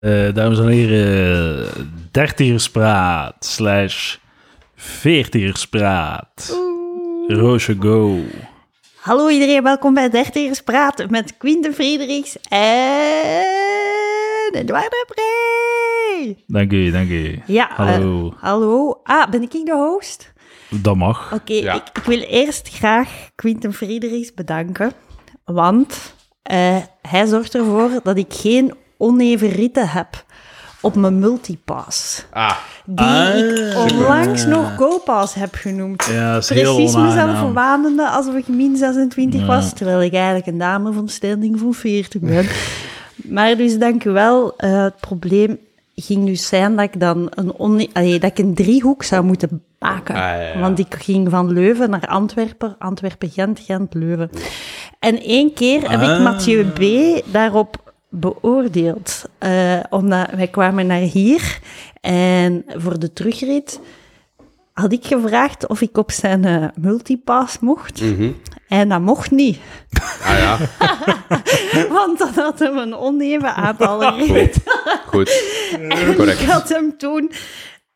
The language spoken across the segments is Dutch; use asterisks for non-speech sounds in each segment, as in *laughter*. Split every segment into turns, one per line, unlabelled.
Eh, dames en heren, dertigerspraat slash veertigerspraat. Roosje Go.
Hallo iedereen, welkom bij Dertigers Praten met Quinten Friedrichs en Eduardo Pre.
Dank u, dank u.
Ja,
Hallo.
eh, hallo. Ah, ben ik de host?
Dat mag.
Oké, ik, ik wil eerst graag Quinten Friedrichs bedanken, want eh, hij zorgt ervoor dat ik geen onevenritten heb op mijn multipass,
Ah,
die
Ah,
ik onlangs nog GoPass heb genoemd.
Ja, dat is heel
precies mezelf
onaangenaam.
verwaandende alsof ik min 26 was, terwijl ik eigenlijk een dame van standing van 40
*laughs*
ben. maar dus dank u wel. Eh, het probleem ging dus zijn dat ik dan een, onne- allee, dat ik een driehoek zou moeten maken.
Ah, ja, ja.
Want ik ging van Leuven naar Antwerpen, Antwerpen-Gent, Gent-Leuven. En één keer heb
Ah.
ik Mathieu B. daarop beoordeeld. Eh, omdat wij kwamen naar hier en voor de terugrit had ik gevraagd of ik op zijn eh, multipass mocht. En dat mocht niet,
Mhm. ah ja,
*laughs* want dat had hem een oneven
*laughs*
aantal gereden.
goed.
En
Correct.
Ik had hem toen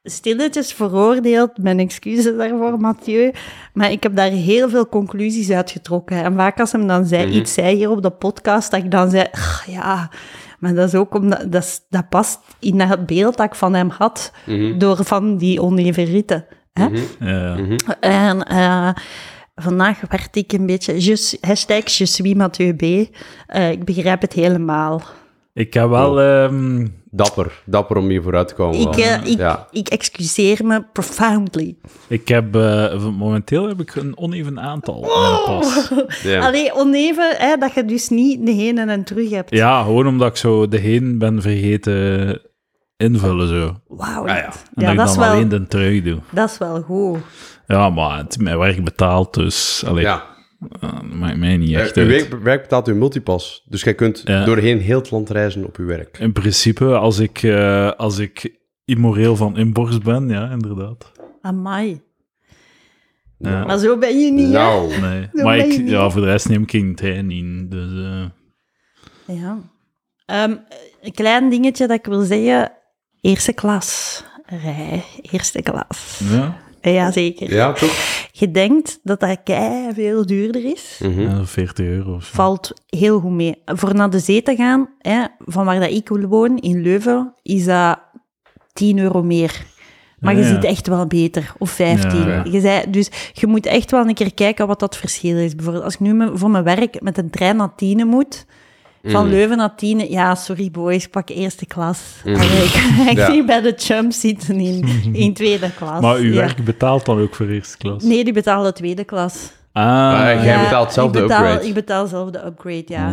stilletjes veroordeeld, mijn excuses daarvoor, Mathieu. Maar ik heb daar heel veel conclusies uit getrokken. En vaak als hem dan
Mhm.
zei, iets zei hier op de podcast, dat ik dan zei, "Ach, ja, maar dat is ook omdat, dat, is- dat past in dat beeld dat ik van hem had,
Mhm.
door van die onevenritten. Hè?
Ja.
En eh, vandaag werd ik een beetje, je, s- hashtag je suis Mathieu B. Eh, ik begrijp het helemaal.
Ik heb wel... ehm,
Dapper, dapper om hier vooruit te komen.
Ik,
wel.
eh, ik,
ja.
ik excuseer me profoundly.
ik heb... eh, momenteel heb ik een oneven aantal in mijn
Oh,
pas.
Ja.
Allee, oneven, hè, dat je dus niet de heen en een terug hebt.
Ja, gewoon omdat ik zo de heen ben vergeten invullen zo. Ah, En
Wauw.
ja.
ja.
dat ik
dat, is
dan alleen
wel,
de terug doe.
dat is wel goed.
Ja, maar het is mijn werk betaald, dus... Allee,
ja.
dat maakt mij niet echt
Eh, uw
uit.
werk, werk betaalt uw multipass. Dus jij kunt
Ja.
doorheen heel het land reizen op uw werk.
In principe, als ik, eh, als ik immoreel van inborst ben, ja, inderdaad.
Amai.
Ja.
Maar zo ben je niet, hè?
nou,
Nee.
Dat
Maar
meen
ik,
je niet.
ja, voor de rest neem ik geen trein in. Dus, eh,
Ja. Ehm, een klein dingetje dat ik wil zeggen. Eerste klas. Rij. Eerste klas.
ja,
Ja, zeker.
ja, toch?
Je denkt dat dat kei veel duurder is.
Hm?
ja, 40 euro of zo.
Valt heel goed mee. Voor naar de zee te gaan, hè, van waar dat ik woon, in Leuven, is dat 10 euro meer. Maar
Ja,
je
ja.
ziet echt wel beter, of 15.
Ja,
ja.
Je zei, dus je moet echt wel een keer kijken wat dat verschil is. Bijvoorbeeld, als ik nu me- voor mijn werk met een trein naar Tienen moet,
Mm.
van Leuven naar Tienen, ja, sorry boys, pak eerste klas.
Mm.
Allee, ik
*laughs*
kan echt
Ja.
niet bij de chump zitten in, in tweede klas.
Maar uw
Ja.
werk betaalt dan ook voor eerste klas?
Nee, die betalen tweede klas.
Ah,
Maar jij
Ja,
betaalt zelf
Eh, ik
de
betaal-
upgrade. Mm-hmm.
Ik betaal zelf de upgrade, ja.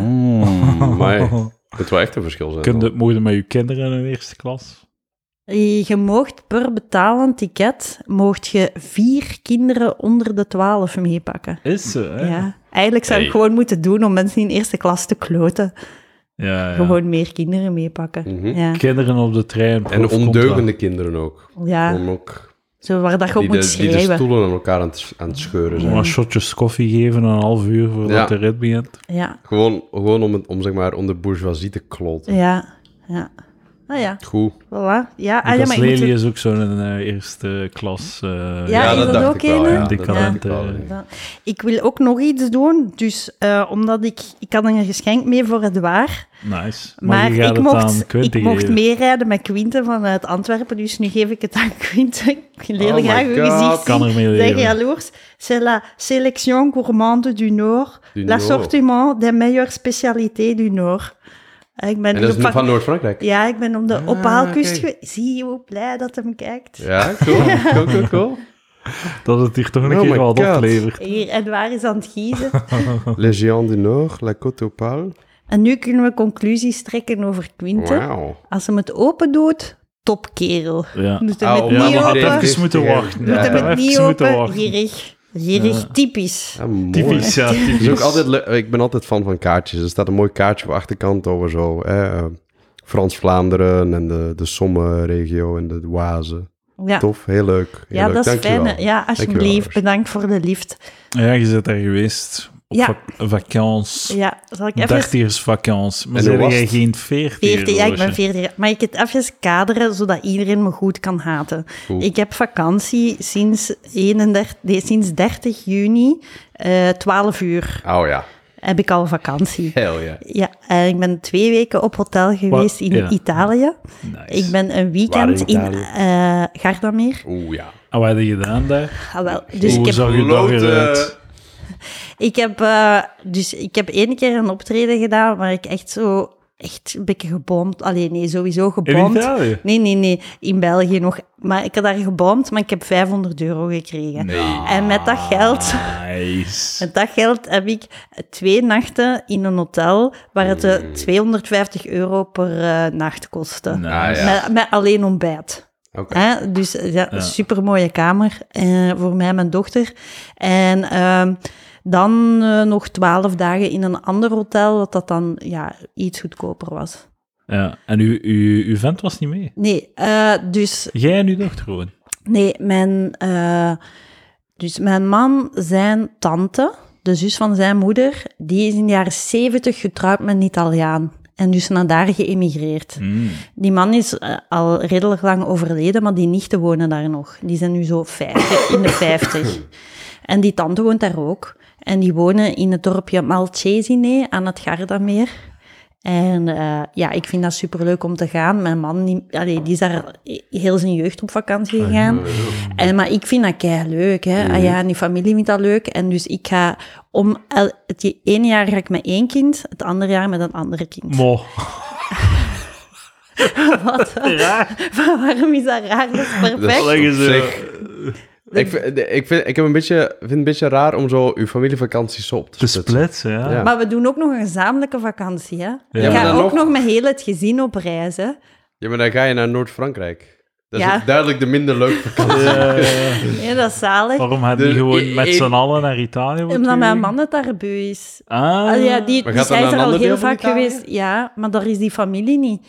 Maar het moet wel echt een verschil zijn.
Mm. *laughs* Kun je,
dan.
mogen met uw kinderen in eerste klas?
Je moogt per betalend ticket moogt je vier kinderen onder de 12 meepakken.
Is ze, hè?
Ja. Eigenlijk zou ik
Hey.
gewoon moeten doen om mensen in eerste klas te kloten.
Ja, ja.
Gewoon meer kinderen meepakken.
Mm-hmm.
ja.
Kinderen op de trein.
En
proef contra.
ondeugende kinderen ook.
ja,
Om ook
zo waar dat je op
die, de,
moet
die de
schrijven.
stoelen aan elkaar aan het, aan het scheuren zijn.
Gewoon wat shotjes koffie geven een half uur voordat
Ja.
de rit begint.
ja,
Gewoon, gewoon om, het, om, zeg maar, om de bourgeoisie te kloten.
ja, ja. Nou ja,
Goed.
voilà. Ja, ah, ja
Lucas
maar je moet
Lely
het-
is ook zo'n eh, eerste klas... eh,
Ja, is dat ook een, hè?
Ja,
Die
dat
kan
dacht
het,
ik wel,
eh,
ja.
Ja. Ik wil ook nog iets doen, dus eh, omdat ik... Ik had een geschenk mee voor het waar.
Nice. Maar,
Maar
je gaat
ik
het
mocht,
aan Quinten
ik mocht
geven.
meerijden met Quinten vanuit Antwerpen, dus nu geef ik het aan *laughs* Quinten. Ik leer
Oh my
graag uw
God.
gezicht
Kan er mee
zien. Zeg
leven.
jaloers. C'est la sélection gourmande du Nord.
Du
L'assortiment des meilleures spécialités du Nord. Eh, Ik ben dus
En dat is
op-
nu van Noord-Frankrijk.
Ja, ik ben op de ophaalkust
oké.
geweest. Zie je hoe blij dat hem kijkt?
Ja, cool. cool, cool, cool.
Dat het hier toch een
Oh
keer
my
wat
God.
oplevert.
Hier, en waar is aan het giezen?
Les Géants du Nord, La Côte Opale.
*laughs* en nu kunnen we conclusies trekken over Quinten.
Wauw.
Als hem het open doet, topkerel.
Ja.
Doet hem
Ah,
het
om-
Ja,
maar
niet
maar had
iedereen
open.
even
heeft
moeten
tegen-
wachten.
Ja,
Doet hem
Had
hebben
het
even
niet
moeten
open,
wachten.
gierig. Gierig,
Ja.
typisch.
Ah, mooi.
Typisch, ja,
Het is ook
typisch.
altijd leuk- ik ben altijd fan van kaartjes. Er staat een mooi kaartje op de achterkant over zo. hè, eh, Frans-Vlaanderen en de, de Somme-regio en de Oise.
Ja,
Tof, heel leuk. Heel
ja
leuk.
dat is
Dankjewel.
fijn. hè. Ja,
Dankjewel,
alsjeblieft,
Lars.
bedankt voor de liefde.
Ja, je bent daar geweest. Op
Ja.
vak- vakantie.
Ja, zal ik even...
Dertigersvakantie. Maar
En hoe
zijn
was
jij
het?
geen veertiger?
40, ja, ik ben
Roosje?
40. Maar ik het even kaderen, zodat iedereen me goed kan haten.
Goed.
Ik heb vakantie sinds, 31, nee, sinds 30 juni, eh 12 uur
Oh ja,
heb ik al vakantie.
hell ja.
Ja, en ik ben twee weken op hotel geweest in
ja.
Italië.
Nice.
Ik ben een
Waar
weekend
in
in
Italië?
eh Gardameer.
Oeh ja.
En Ah, wat heb je gedaan daar?
Ah, wel, dus ik
Hoe
heb
zag je dag
Blote-
eruit?
Ik heb, eh, dus ik heb één keer een optreden gedaan waar ik echt zo echt een beetje geboomd. Allee, nee, sowieso
In
geboomd.
Italië?
Nee, nee, nee. In België nog. Maar ik had daar geboomd, maar ik heb 500 euro gekregen. En met dat geld...
Nice.
Met dat geld heb ik twee nachten in een hotel waar het eh, 250 euro per eh, nacht kostte.
Ah, ja.
Met, met alleen ontbijt.
Oké.
Hè? Dus eh, ja,
Ja.
super mooie kamer eh, voor mij en mijn dochter. En ehm, dan eh, nog twaalf dagen in een ander hotel, wat dat dan ja, iets goedkoper was.
Ja. En uw, uw, uw vent was niet mee?
Nee, eh, dus
Jij en uw dochter gewoon?
Nee, mijn, eh, dus mijn man, zijn tante, de zus van zijn moeder, die is in de jaren zeventig getrouwd met een Italiaan. En dus naar daar geëmigreerd.
Mm.
Die man is eh, al redelijk lang overleden, maar die nichten wonen daar nog. Die zijn nu zo 50, in de 50. En die tante woont daar ook. En die wonen in het dorpje Malcesine aan het Gardameer. En eh, ja, ik vind dat superleuk om te gaan. Mijn man die, allee, die is daar heel zijn jeugd op vakantie gegaan. En, maar ik vind dat kei leuk. Hè? Ah ja, en die familie vindt dat leuk. En dus ik ga om el- het ene jaar ga ik met één kind, het andere jaar met een andere kind.
Mo.
*laughs* Wat?
*laughs*
*laughs* Waarom is dat raar? Dat is perfect.
Dat is
Leggen
op
ze-
zich- Ik, vind, ik, vind, ik heb een beetje, vind het een beetje raar om zo uw familievakanties zo op te
Te
splitsen.
splitsen, ja.
Ja.
Maar we doen ook nog een gezamenlijke vakantie, hè? ik
maar
ga
dan
ook
nog-
nog... met heel het gezin op reis, hè?
Ja, maar dan ga je naar Noord-Frankrijk. Dat is
Ja.
ook duidelijk de minder leuke vakantie.
Eh,
Ja, dat is zalig.
waarom gaat
Dus
die gewoon
i-
met
i-
z'n allen naar Italië? wordt
Omdat mijn
gegaan?
man het daar beu is.
Ah,
Al ja, die,
Maar
die
gaat dat
zij
naar
is
een
er al
ander
heel
deel van
vaak
Italië?
geweest. Ja, maar daar is die familie niet.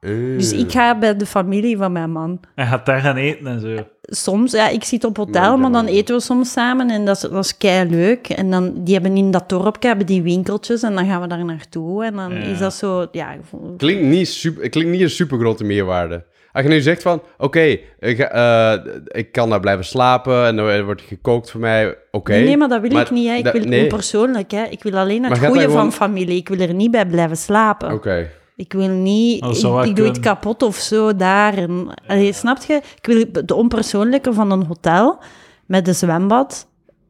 *laughs* Dus ik ga bij de familie van mijn man.
Hij gaat daar gaan eten en zo.
Soms, ja, ik zit op
Nee,
hotel,
dat
maar dan
wel.
eten we soms samen en dat is, dat is kei leuk. En dan, die hebben in dat dorpje hebben die winkeltjes en dan gaan we daar naartoe. En dan
Ja.
is dat zo, ja, ik vond-
Klinkt niet, super, klinkt niet een super grote meerwaarde. Als je nu zegt van, oké, ik, ga- eh, ik kan daar blijven slapen en er wordt gekookt voor mij, oké.
Nee, nee, maar dat wil ik niet. Hè. Ik
dat-
wil het
nee.
onpersoonlijk. Hè. Ik wil alleen
Maar
het
gaat
goede
dat gewoon-
van familie. Ik wil er niet bij blijven slapen.
Oké.
Ik wil niet...
Dat
Ik,
Oh, zou wel
ik doe het
kunnen.
kapot of zo daar. En, Allee, snap je? Ik wil de onpersoonlijke van een hotel met een zwembad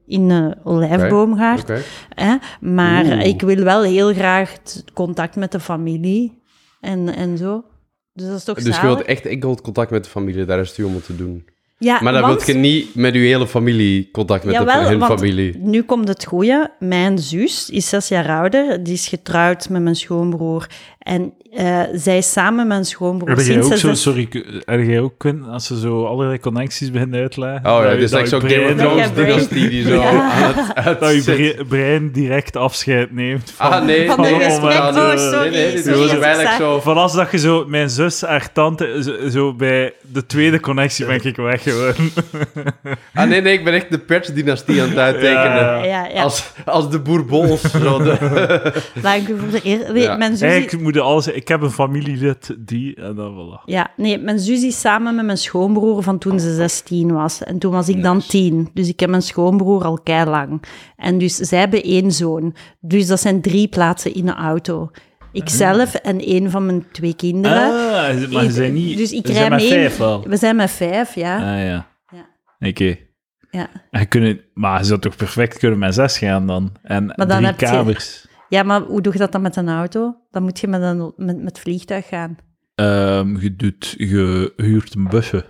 in een olijfboomgaard.
Oké.
Hè? Maar
Oeh.
ik wil wel heel graag het contact met de familie en, en zo. Dus dat is toch
Dus je
zalig?
wilt echt enkel contact met de familie, daar is het u om het te doen.
Ja,
Maar dan
want-
wilt je niet met uw hele familie contact met de,
Jawel,
hun
want
familie.
Nu komt het goeie. Mijn zus is zes jaar ouder. Die is getrouwd met mijn schoonbroer. En eh, zij is samen met mijn schoonbroer.
Heb jij
sinds
ook
ze
zo,
zes-
sorry, k- heb jij ook kunnen, als ze zo allerlei connecties beginnen uitleggen?
Oh ja,
dat je-
dit is
dat
echt
je
zo'n Game of
brein-
Thrones
Thrones
Ja, brain.
dynastie die zo
Ja.
aan het
Dat je
uitzet.
brein- brein direct afscheid neemt van...
Ah, nee.
Van
de
nee,
gesprek,
nee,
oh,
nee,
sorry,
Nee, nee, dit
sorry,
was
dat ik
eigenlijk
zei.
zo...
Van als dat je zo, mijn zus, haar tante, zo, zo bij de tweede connectie ben ik weg gewoon.
Ah, nee, nee, ik ben echt de persdynastie aan het uittekenen.
Ja.
Ja, ja.
Als, als de Bourbons. Zo de...
Dank u voor de eer. Nee,
Ja.
mijn zus is-
Eigenlijk moet je alles... Ik heb een familielid, die... En dan voilà.
Ja, nee, mijn zus is samen met mijn schoonbroer van toen ze 16 was. En toen was ik dan 10. Dus ik heb mijn schoonbroer al kei lang. En dus zij hebben één zoon. Dus dat zijn drie plaatsen in de auto. Ikzelf en één van mijn twee kinderen.
Ah, maar ze zijn niet...
Dus ik
ze
rij
zijn met
mee.
vijf wel.
We zijn met vijf, ja.
Ah ja.
Ja.
Oké.
ja.
En kunnen, maar ze zou toch perfect kunnen met zes gaan dan? En
dan
drie
heb je-
kamers.
Ja, maar hoe doe je dat dan met een auto? Dan moet je met een met, met vliegtuig gaan.
Ehm, je, doet, je huurt een busje.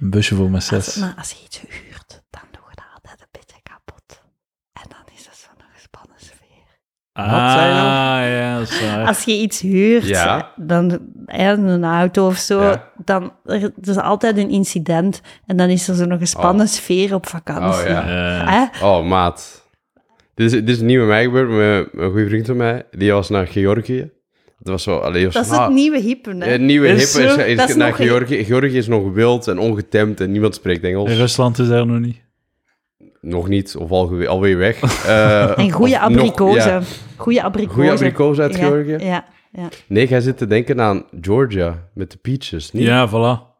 Een busje voor mijn
Als-
zes.
maar als je iets huurt, dan doe je dat altijd een beetje kapot. En dan is dat zo'n gespannen sfeer.
Ah,
Wat zei je nou?
ja, dat is waar.
Als je iets huurt,
Ja.
dan hè, een auto of zo,
Ja.
dan er, er is altijd een incident. En dan is er zo'n gespannen sfeer op vakantie.
Oh, ja.
Eh,
Hè?
*laughs* Oh, maat. Dit is, dit is niet met mij gebeurd, maar een goede vriend van mij, die was naar Georgië. Dat was zo... Allee, was
Dat is
van,
het
ah,
nieuwe hippen, hè?
Het nieuwe hip
Is
is,
zo?
is,
Dat is
naar
nog-
Georgië. Georgië is nog wild en ongetemd en niemand spreekt Engels.
Rusland is daar nog niet.
nog niet, of al, gewe- alweer
*laughs*
weg. Eh,
En goede
of nog-
abrikozen.
ja.
Goede abrikozen.
Goede abrikozen uit
Ja,
Georgië.
Ja, ja.
Nee, jij zit te denken aan Georgia met de peaches. Niet?
Ja, voilà.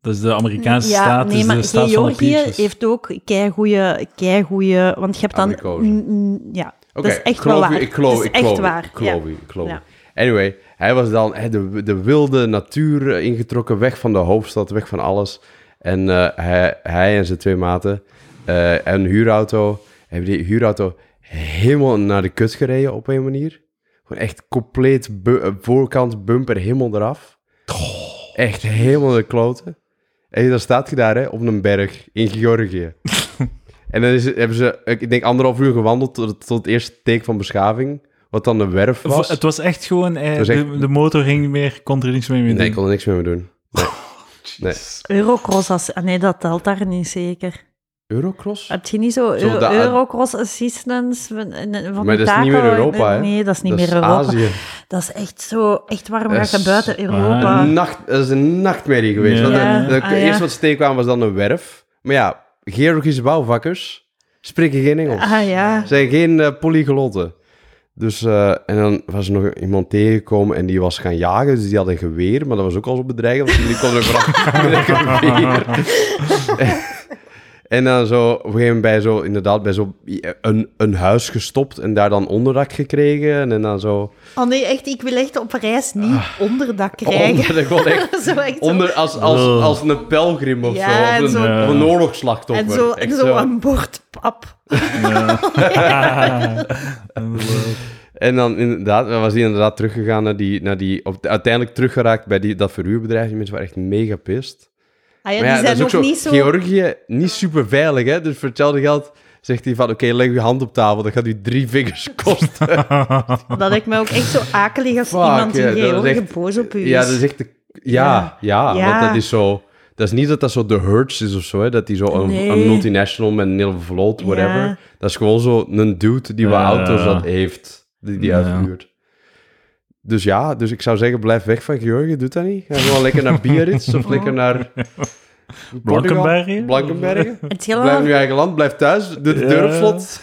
Dat is de Amerikaanse
Ja,
staat,
nee,
is
maar
de staat van de
Georgië
peaches.
heeft ook keigoeie, keigoeie... Want je hebt dan...
Abrikozen.
Mm, mm, Ja,
Oké,
dat is echt
ik geloof
wel
u,
waar.
Ik geloof,
dat is
ik
echt
geloof, u,
waar.
Ik geloof
ja.
u, ik geloof
Ja.
u. Anyway, hij was dan hè, de, de wilde natuur eh, ingetrokken, weg van de hoofdstad, weg van alles. En eh, hij, hij en zijn twee maten eh, en een huurauto hebben die huurauto helemaal naar de kut gereden op een manier. Gewoon echt compleet bu- eh, voorkant bumper helemaal eraf. Echt helemaal de kloten. En dan staat je daar hè, op een berg in
*laughs*
Georgië. en dan is, het- hebben ze, ik denk, anderhalf uur gewandeld tot, tot het eerste teken van beschaving. Wat dan de werf
V-
was.
Het was echt gewoon... eh,
was echt-
De, de motor ging niet meer, kon er niks meer mee
Nee,
doen. *laughs*
ik kon er niks meer mee doen. nee.
Jeez.
Eurocross, als, ah, nee, dat telt daar niet zeker.
Eurocross?
Heb je niet zo,
Zo
Eu-
dat-
Eurocross Assistance van, van
Maar dat is niet meer Europa, hè?
Nee, dat is niet
dat
meer
is
Europa.
Azië.
*laughs* Dat is echt zo... Echt waarom
Dat
gaat je
is-
buiten Europa?
Ah.
Een nacht, dat is een nachtmerrie geweest.
Ja.
Want de,
Ja.
de-
Ah,
de
ja.
eerste wat ze tegenkwamen was dan een werf. Maar ja, Georgische bouwvakkers spreken geen Engels.
Ah ja.
zijn geen eh, polyglotten. Dus, eh, en dan was er nog iemand tegengekomen en die was gaan jagen. Dus die had een geweer, maar dat was ook al zo bedreigend. Want die kwam er vanaf *laughs* met een geweer. en dan zo, op een gegeven moment bij zo, inderdaad, bij zo een, een huis gestopt en daar dan onderdak gekregen. En dan zo...
Oh nee, echt, ik wil echt op reis niet onderdak krijgen.
Ah. Onder, ik was echt
*laughs* zo echt zo-
onder, als, als, als een pelgrim of
Ja, en
zo. Of een,
zo-
of een
en
oorlogsslachtoffer.
zo,
Echt
en zo, een bord pap.
En dan inderdaad, was hij inderdaad teruggegaan naar die, naar die op, uiteindelijk teruggeraakt bij die, dat verhuurbedrijf. Die mensen waren echt mega pist.
Ah ja,
maar ja,
die
dat
zijn
is
nog
ook zo,
niet zo...
Georgië, niet super veilig, hè? Dus voor hetzelfde geld zegt hij van, oké, leg uw hand op tafel, dat gaat u drie *laughs* vingers kosten.
Dat ik me ook echt zo akelig als
Fuck,
iemand
ja,
in
dat is
Georgië
echt-
boos op u is.
ja, dat is echt... De, ja, ja,
Ja.
want dat is zo... Dat is niet dat dat zo de Hertz is of zo, hè? Dat die zo een,
Nee.
een multinational met een heel vlot, whatever.
Ja.
Dat is gewoon zo een dude die wat
Ja.
auto's dat heeft, die die
Ja.
uithuurt. Dus ja, dus ik zou zeggen, blijf weg van Georgië, doet dat niet. Ga gewoon lekker naar
*laughs*
Biarritz of lekker naar... Portugal,
Blankenbergen?
Blankenbergen.
Het
Blijf in
hele,
je eigen land, blijf thuis, doe de
Oh. Ja.
deur op slot.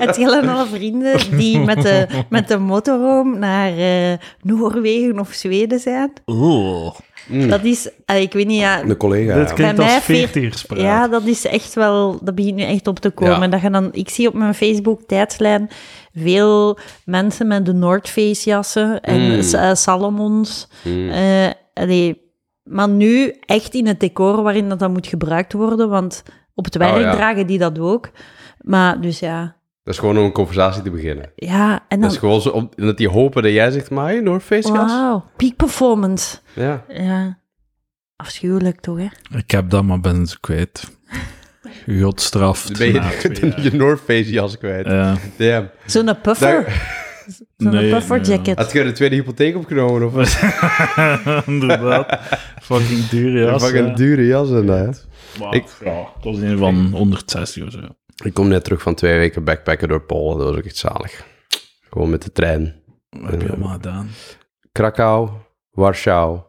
het hele alle vrienden
*laughs*
die met de, met de motorhome naar eh, Noorwegen of Zweden zijn.
Oeh.
Mm.
Dat is, eh, ik weet niet, ja,
De collega.
Dit klinkt
mij
als
veer-
veertigerspraat.
Ja, dat is echt wel, dat begint nu echt op te komen.
Ja.
Dat je dan, ik zie op mijn Facebook-tijdslijn veel mensen met de North Face jassen en
Mm.
s- eh, Salomons.
Hmm.
Eh, allee, maar nu echt in het decor waarin dat, dan moet gebruikt worden, want op het werk
Oh, ja.
dragen die dat ook. Maar dus ja,
Dat is gewoon om een conversatie te beginnen.
ja en
Dat
dan...
Nou.
is gewoon zo, om- dat die hopen dat jij zegt, maar hey, North Face gas.
Wauw, peak performance.
Ja.
Ja. Afschuwelijk toch, hè?
Ik heb dat, maar ben ze kwijt. God straft.
*laughs*
Eh,
Dan ben je
na twee
je North Face jas kwijt.
jaar.
Damn.
Zo'n puffer. Zo'n
Nee,
puffer
nee.
jacket.
Had je de tweede hypotheek opgenomen? Of
Ja, *laughs* inderdaad. Fucking dure
een
jas.
fucking
ja.
dure jas en eh? dat, hè?
Maar,
Ik-
ja, dat was een van 160 of zo.
Ik kom net terug van twee weken backpacken door Polen. Dat was ook echt zalig. Gewoon met de trein.
Wat heb je allemaal gedaan?
Krakau, Warschau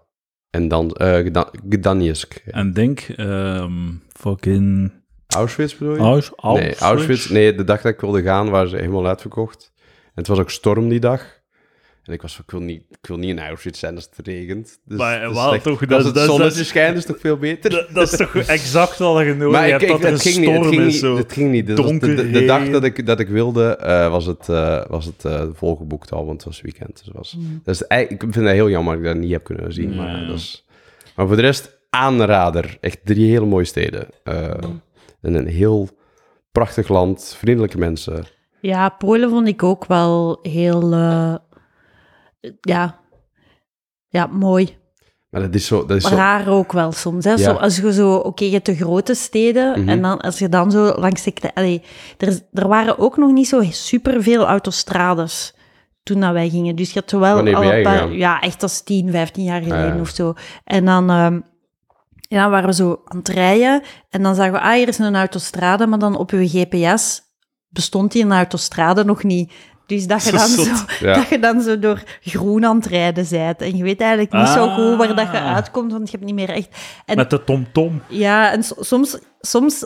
en dan eh, Gda- Gdansk.
En denk, ehm, fucking...
Auschwitz bedoel je?
Aus
Nee, Auschwitz. Nee, de dag dat ik wilde gaan, waren ze helemaal uitverkocht. En het was ook storm die dag. En ik was van, ik wil niet, ik wil niet in Auschwitz zijn als het regent. Dus,
Maar,
het is
wauw,
slecht.
toch, dat
als
is-
het
dat is-
zonnetje
dat is-
schijnt, is het toch veel beter?
Dat, dat is toch exact wat je nodig
maar ik,
hebt,
ik-
dat er
het,
een
ging niet, het
storm
ging
is.
niet.
Zo.
Het ging niet. Dus dat- de, de, de
donker
dag
heen.
dat ik, dat ik wilde, eh, was het, eh, was het eh, volgeboekt al, want het was weekend. Dus het was,
Mm.
dat is, eigenlijk- ik vind het heel jammer dat ik dat niet heb kunnen zien. Maar,
Ja.
dat is, maar voor de rest, aanrader. Echt drie hele mooie steden. Eh, En een heel prachtig land, vriendelijke mensen.
Ja, Polen vond ik ook wel heel... eh, ja. ja, mooi.
Maar dat is zo... Dat is zo
Raar ook wel soms. Hè?
Ja.
Zo, als je zo... Oké, je hebt de grote steden.
Mhm.
En dan, als je dan zo langs de... kle- Allee, er, is- er waren ook nog niet zo superveel autostrades toen dat wij gingen. Dus je had zowel...
Wanneer ben jij
een paar,
gegaan? Ah,
ja, echt als 10, 15 jaar geleden
ja.
of zo. En dan... ehm, ja, dan waren we zo aan het rijden en dan zagen we, ah, hier is een autostrade, maar dan op uw GPS bestond die een autostrade nog niet. Dus dat je dan
Zo
zo,
zot.
Ja.
dat je dan zo door groen aan het rijden bent. En je weet eigenlijk niet zo
Ah.
goed waar dat je uitkomt, want je hebt niet meer echt... En
Met de tomtom.
ja, en so- soms, soms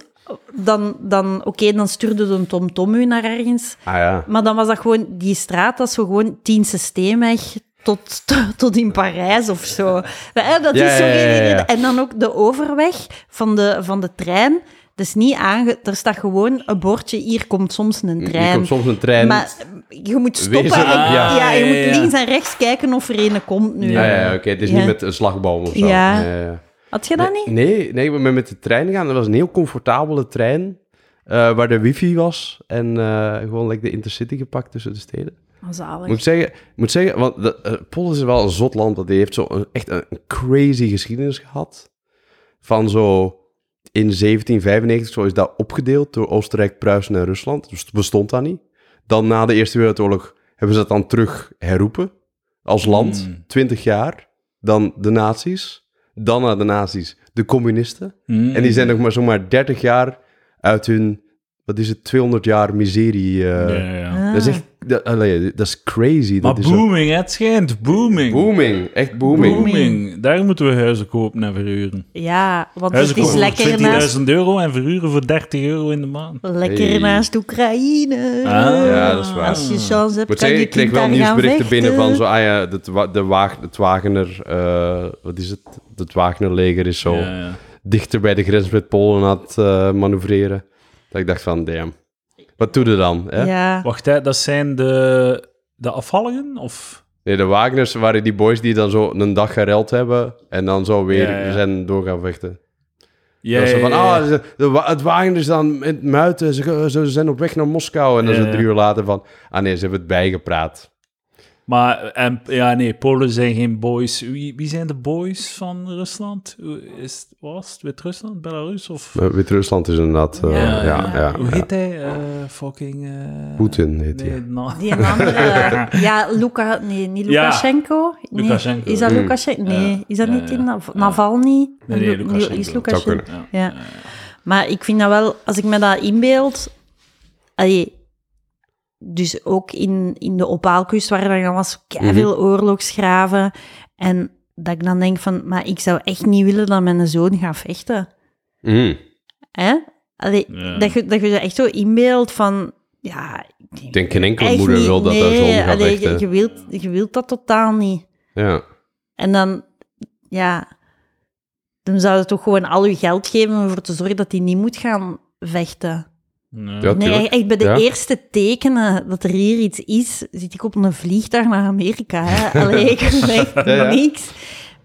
dan, dan oké, dan stuurde de TomTom u naar ergens.
Ah ja.
Maar dan was dat gewoon, die straat, dat is zo gewoon tien systeemweg tot, *laughs* tot, tot in Parijs of zo. Hè, dat
Ja,
is zo
ja, ja,
geen
ja,
idee.
ja.
En dan ook de overweg van de, van de trein. Dat is niet aange... Er staat gewoon een bordje, hier komt soms een trein.
Er komt soms een trein.
Maar je moet stoppen
Wees er-
en
Ah,
ja.
ja.
Ja, ja,
je moet
ja.
links en rechts kijken of er een komt nu.
Ja, ja, oké. Het is
Ja.
niet met een slagboom of zo.
Ja.
Nee, ja.
Had je dat niet?
Nee, nee, ik ben met de trein gegaan. Dat was een heel comfortabele trein. eh, waar de wifi was. En eh, gewoon like, de intercity gepakt tussen de steden.
Oh, zalig.
Moet ik zeggen, moet ik zeggen want de, eh, Polen is wel een zot land. Dat die heeft zo een, echt een crazy geschiedenis gehad. Van zo... In 1795 zo is dat opgedeeld door Oostenrijk, Pruisen en Rusland. Dus het bestond dat niet. Dan na de Eerste Wereldoorlog hebben ze dat dan terug herroepen. Als land.
Hmm.
20 jaar. Dan de nazi's. Dan na de nazi's de communisten. En
Mm.
die zijn
Hmm.
nog maar zomaar 30 jaar uit hun... Wat is het? 200 jaar miserie... eh,
Ja, ja, ja.
Ah.
dat is echt... Dat, allee, dat is crazy.
Maar
dat is zo-
booming, hè, het schijnt. Booming.
booming. Echt booming.
Booming. Daar moeten we huizen kopen en verhuren.
Ja, want
Huizen
het is
kopen voor
lekker naast,
20.000 euro en verhuren voor 30 euro in de maand.
lekker
Hey.
naast Oekraïne.
Ah.
Ja, dat is waar.
Als je chance hebt,
Ik
kan
moet zeggen,
je
ik kreeg
kind
wel
daar gaan
nieuwsberichten binnen van
vechten.
zo, ah ja, het, wa- de waag, het Wagener, eh, wat is het? Het Wagnerleger is zo
Ja, ja.
dichter bij de grens met Polen aan het eh, manoeuvreren. Dat ik dacht van, damn, wat doe je dan? Hè?
Ja.
Wacht, hè, dat zijn de, de afvalligen? Of...
Nee, de Wagners waren die boys die dan zo een dag gereld hebben en dan zo weer
Ja, ja.
zijn door gaan vechten.
Ja,
dat is zo van,
ja, ja.
ah, ze- de Wa- het Wagener is dan in het muiten, ze, ze zijn op weg naar Moskou. En dan
Ja,
zo
ja.
drie uur later van, ah nee, ze hebben het bijgepraat.
Maar en, ja, nee, Polen zijn geen boys. Wie, wie zijn de boys van Rusland? Hoe Is, was het Wit-Rusland, Belarus of...
Eh, Wit-Rusland is inderdaad, eh,
Ja,
ja,
ja.
ja,
Hoe
ja.
heet hij? Eh, fucking... eh,
Poetin heet hij.
Nee, nou-
Die een andere...
*laughs*
Ja, Luka... Nee, niet
Ja.
Lukashenko. Nee.
Lukashenko.
Is dat
Mm.
Lukashenko? Nee.
Ja.
Is dat
Ja,
niet
ja.
in Nav- Navalny?
Nee, nee, Lukashenko.
Is
Zou
Lukashenko?
kunnen.
Ja.
Ja. Maar ik vind dat wel... Als ik me dat inbeeld... Allee, dus ook in, in de Opaalkust, waar er dan
Mhm.
was veel oorlogsgraven. En dat ik dan denk van... Maar ik zou echt niet willen dat mijn zoon gaat vechten.
Mm.
Hè? Allee,
Ja.
dat, je, dat je je echt zo inbeeldt van... Ja,
Ik denk geen enkele
Echt
moeder
niet,
wil dat
nee,
haar zoon gaat
allee, je,
vechten.
je wilt, je wilt dat totaal niet.
Ja.
En dan, ja, dan zou je toch gewoon al je geld geven om ervoor te zorgen dat hij niet moet gaan vechten.
Nee.
Ja.
Nee,
tuurlijk.
echt bij de
Ja.
eerste tekenen dat er hier iets is, zit ik op een vliegtuig naar Amerika.
*laughs*
Hè? Allee, ik weet echt
Ja, ja.
niks.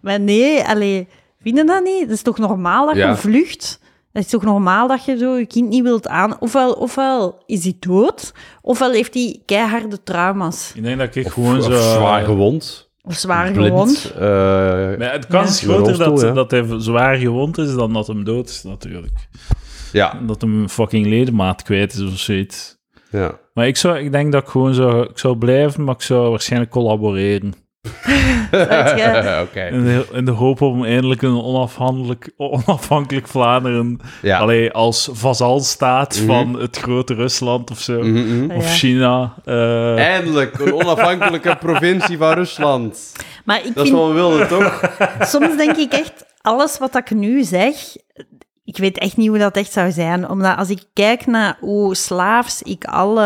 Maar nee, allee, vind je dat niet? Het is toch normaal dat
Ja.
je vlucht? Het is toch normaal dat je zo je kind niet wilt aan... Ofwel, ofwel is hij dood, ofwel heeft hij keiharde trauma's.
Ik denk dat ik gewoon
Gewoon
zo...
zwaar gewond.
Of zwaar
blind,
gewond.
eh,
Maar het kans is
Ja.
groter
Rolstoel,
dat,
ja.
dat hij zwaar gewond is dan dat hem dood is, natuurlijk.
ja.
Dat hem een fucking ledemaat kwijt is of zoiets.
ja.
Maar ik, zou, ik denk dat ik gewoon zou, ik zou blijven, maar ik zou waarschijnlijk collaboreren.
Weet je?
*laughs* Oké.
In de, in de hoop om eindelijk een onafhankelijk, onafhankelijk Vlaanderen...
Ja.
Allee, als vazalstaat
Mhm.
van het grote Rusland of zo.
Mhm, mhm.
Of
Ja.
China. eh,
Eindelijk, een
*laughs*
onafhankelijke provincie van Rusland.
Maar ik
Dat is
vind,
wat we wilden, toch?
soms denk ik echt, alles wat ik nu zeg, ik weet echt niet hoe dat echt zou zijn. Omdat als ik kijk naar hoe slaafs ik alle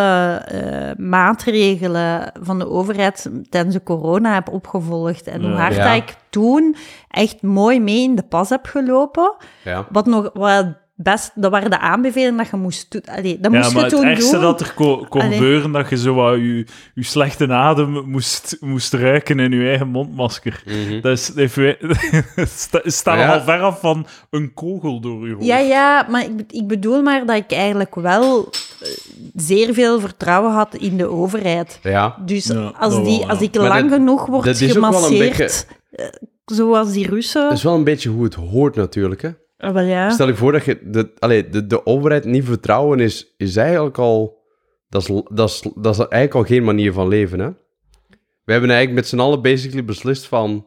eh, maatregelen van de overheid tijdens de corona heb opgevolgd en hoe
Ja.
hard
Ja.
dat ik toen echt mooi mee in de pas heb gelopen,
Ja.
wat nog... Wat best, dat waren de aanbevelingen dat je moest doen. Allee, dat
ja,
moest je
maar het
toen
ergste
doen.
dat er ko- kon
Allee.
gebeuren, dat je zo wat je, je slechte adem moest, moest ruiken in je eigen mondmasker. Dus,
Mhm.
Dat is, heeft *laughs* we- sta- staat
Ja.
al ver af van een kogel door je hoofd.
Ja, ja, maar ik, be- ik bedoel maar dat ik eigenlijk wel eh, zeer veel vertrouwen had in de overheid.
ja.
Dus
Ja, dat
als, die,
wel,
als
ja.
ik
Maar
lang
dat-
genoeg word
dat is ook wel een
gemasseerd,
beetje-
eh, zoals die Russen...
Dat is wel een beetje hoe het hoort, natuurlijk. Hè?
Ah, wel ja.
Stel ik voor dat je de, allee, de, de overheid niet vertrouwen is, is eigenlijk al. Dat is, dat, is, dat is eigenlijk al geen manier van leven, hè? We hebben eigenlijk met z'n allen basically beslist van.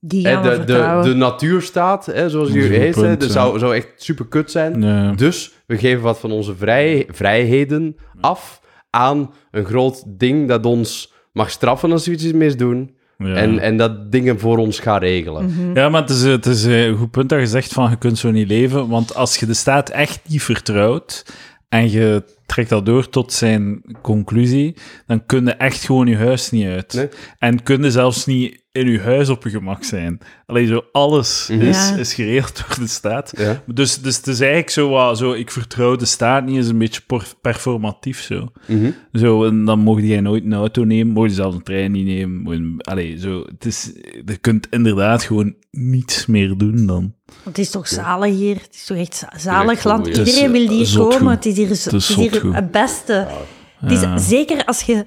Die
Hè,
gaan we
de, de,
vertrouwen.
de natuurstaat, hè, zoals
Dat is
die
een
heet,
punt,
hè, dat
ja.
zou, zou echt super kut zijn.
Nee.
Dus we geven wat van onze vrij, vrijheden af aan een groot ding dat ons mag straffen als we iets misdoen.
Ja.
En, en dat dingen voor ons gaat regelen.
Mhm.
Ja, maar het is, het is eh, een goed punt dat je zegt van je kunt zo niet leven. Want als je de staat echt niet vertrouwt en je trekt dat door tot zijn conclusie, dan kun je echt gewoon je huis niet uit.
Nee.
En kun je zelfs niet in je huis op je gemak zijn. Alleen zo alles is,
Ja.
is geregeld *laughs* door de staat.
Ja.
Dus, dus het is eigenlijk zo, wat, zo, ik vertrouw de staat niet, is een beetje por- performatief zo.
Mhm.
Zo, en dan mocht jij nooit een auto nemen, mocht je zelfs een trein niet nemen. mocht je- allee, zo, het is, je kunt inderdaad gewoon niets meer doen dan.
Want het is toch zalig hier? Het is toch echt za- zalig
echt wel
land?
mooi, hè?
Iedereen wil
Het
hier
is, eh, zotgoed.
komen. Het is hier, het is
zotgoed.
hier het beste. Het is,
Ja.
Zeker als je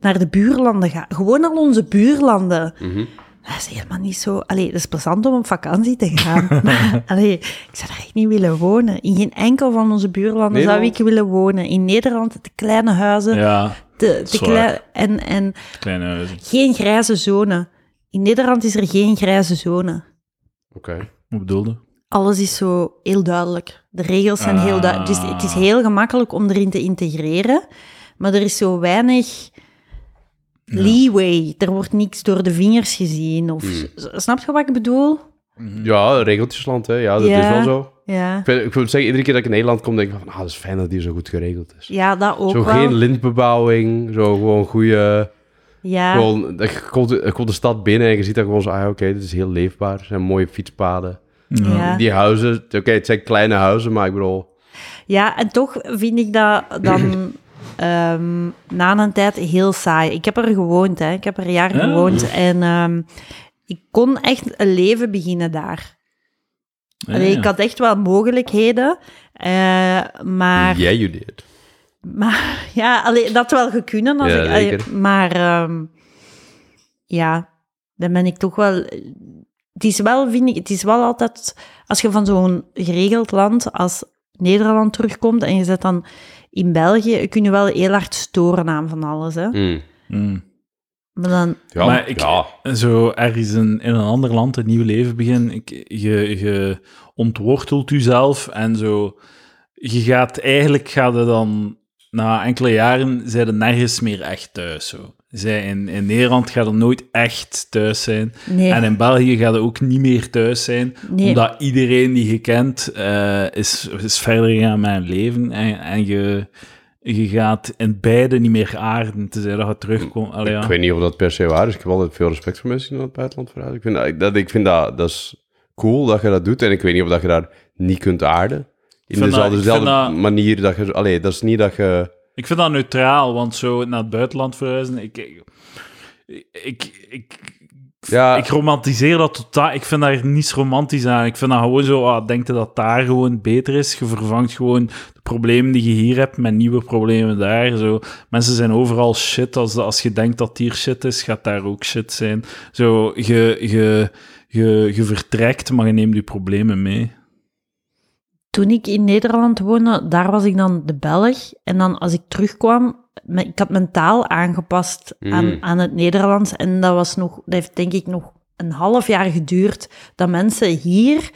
naar de buurlanden gaat. Gewoon al onze buurlanden.
Mhm.
Dat is helemaal niet zo... Allee, het is plezant om op vakantie te
*laughs*
gaan. *laughs* maar allee, ik zou daar echt niet willen wonen. In geen enkel van onze buurlanden
Nederland?
zou ik willen wonen. In Nederland, de kleine huizen.
Ja,
De, de
Zwaar.
klei- en, en
kleine huizen.
geen grijze zone. In Nederland is er geen grijze zone.
Oké.
Wat bedoelde?
alles is zo heel duidelijk. De regels zijn heel duidelijk. Dus
Ah.
het is heel gemakkelijk om erin te integreren, maar er is zo weinig leeway. Er wordt niks door de vingers gezien. Of, S- Snap je wat ik bedoel?
Ja, regeltjesland, hè. Ja, dat is
Ja.
wel zo.
Ja,
Ik, vind, ik wil zeggen, iedere keer dat ik in Nederland kom, denk ik van, ah, dat is fijn dat die zo goed geregeld is.
ja dat ook
zo
wel.
geen lintbebouwing, zo gewoon goede...
ja.
Gewoon, je komt, je komt de stad binnen en je ziet dan gewoon zo, ah, oké, dit is heel leefbaar. Er zijn mooie fietspaden.
Ja.
Die huizen, oké, het zijn kleine huizen, maar ik bedoel...
Ja, en toch vind ik dat
*clears throat*
dan ehm, na een tijd heel saai. Ik heb er gewoond, hè. Ik heb er jaren
Ah.
gewoond. En ehm, ik kon echt een leven beginnen daar.
Ja,
Allee,
ja.
ik had echt wel mogelijkheden, eh, maar,
Jij, you did.
maar *laughs* ja, allee, dat wel gekunnen. Als
Ja,
ik, allee,
zeker.
maar ehm, ja, dan ben ik toch wel. Het is wel, vind ik, het is wel altijd als je van zo'n geregeld land als Nederland terugkomt en je zet dan in België, kun je wel heel hard storen aan van alles. Hè?
Mm.
Mm.
Maar dan,
Ja,
Maar ik-
ja.
Zo ergens in, in een ander land een nieuw leven beginnen. Ik, je, je ontwortelt jezelf en zo. Je gaat eigenlijk, gaat er dan na enkele jaren, zijn er nergens meer echt thuis. Zo. Zij in, in Nederland gaat er nooit echt thuis zijn.
nee,
En in België gaat er ook niet meer thuis zijn,
nee.
omdat iedereen die je kent eh, is, is verder gegaan met hun leven. En, en je, je gaat in beide niet meer aarden, tenzij dat je terugkomt. Allee, ja.
Ik weet niet of dat per se waar is. Ik heb altijd veel respect voor mensen die naar het buitenland verhuizen. Ik vind dat, ik- dat, ik vind dat, dat is cool dat je dat doet. En ik weet niet of dat je daar niet kunt aarden. In
vind dat-
dezelfde,
ik
dezelfde
vind dat-
manier dat je... zo- Allee, dat is niet dat je...
Ik vind dat neutraal, want zo naar het buitenland verhuizen, ik... Ik, ik, ik,
Ja,
ik romantiseer dat totaal. Ik vind daar niets romantisch aan. Ik vind dat gewoon zo, ah, denk je dat daar gewoon beter is? Je vervangt gewoon de problemen die je hier hebt met nieuwe problemen daar. Zo. Mensen zijn overal shit. Als, als je denkt dat hier shit is, gaat daar ook shit zijn. Zo, je, je, je, je vertrekt, maar je neemt je problemen mee.
toen ik in Nederland woonde, daar was ik dan de Belg. En dan als ik terugkwam, me- ik had mijn taal aangepast
Mm.
aan, aan het Nederlands. En dat, was nog, dat heeft denk ik nog een half jaar geduurd dat mensen hier,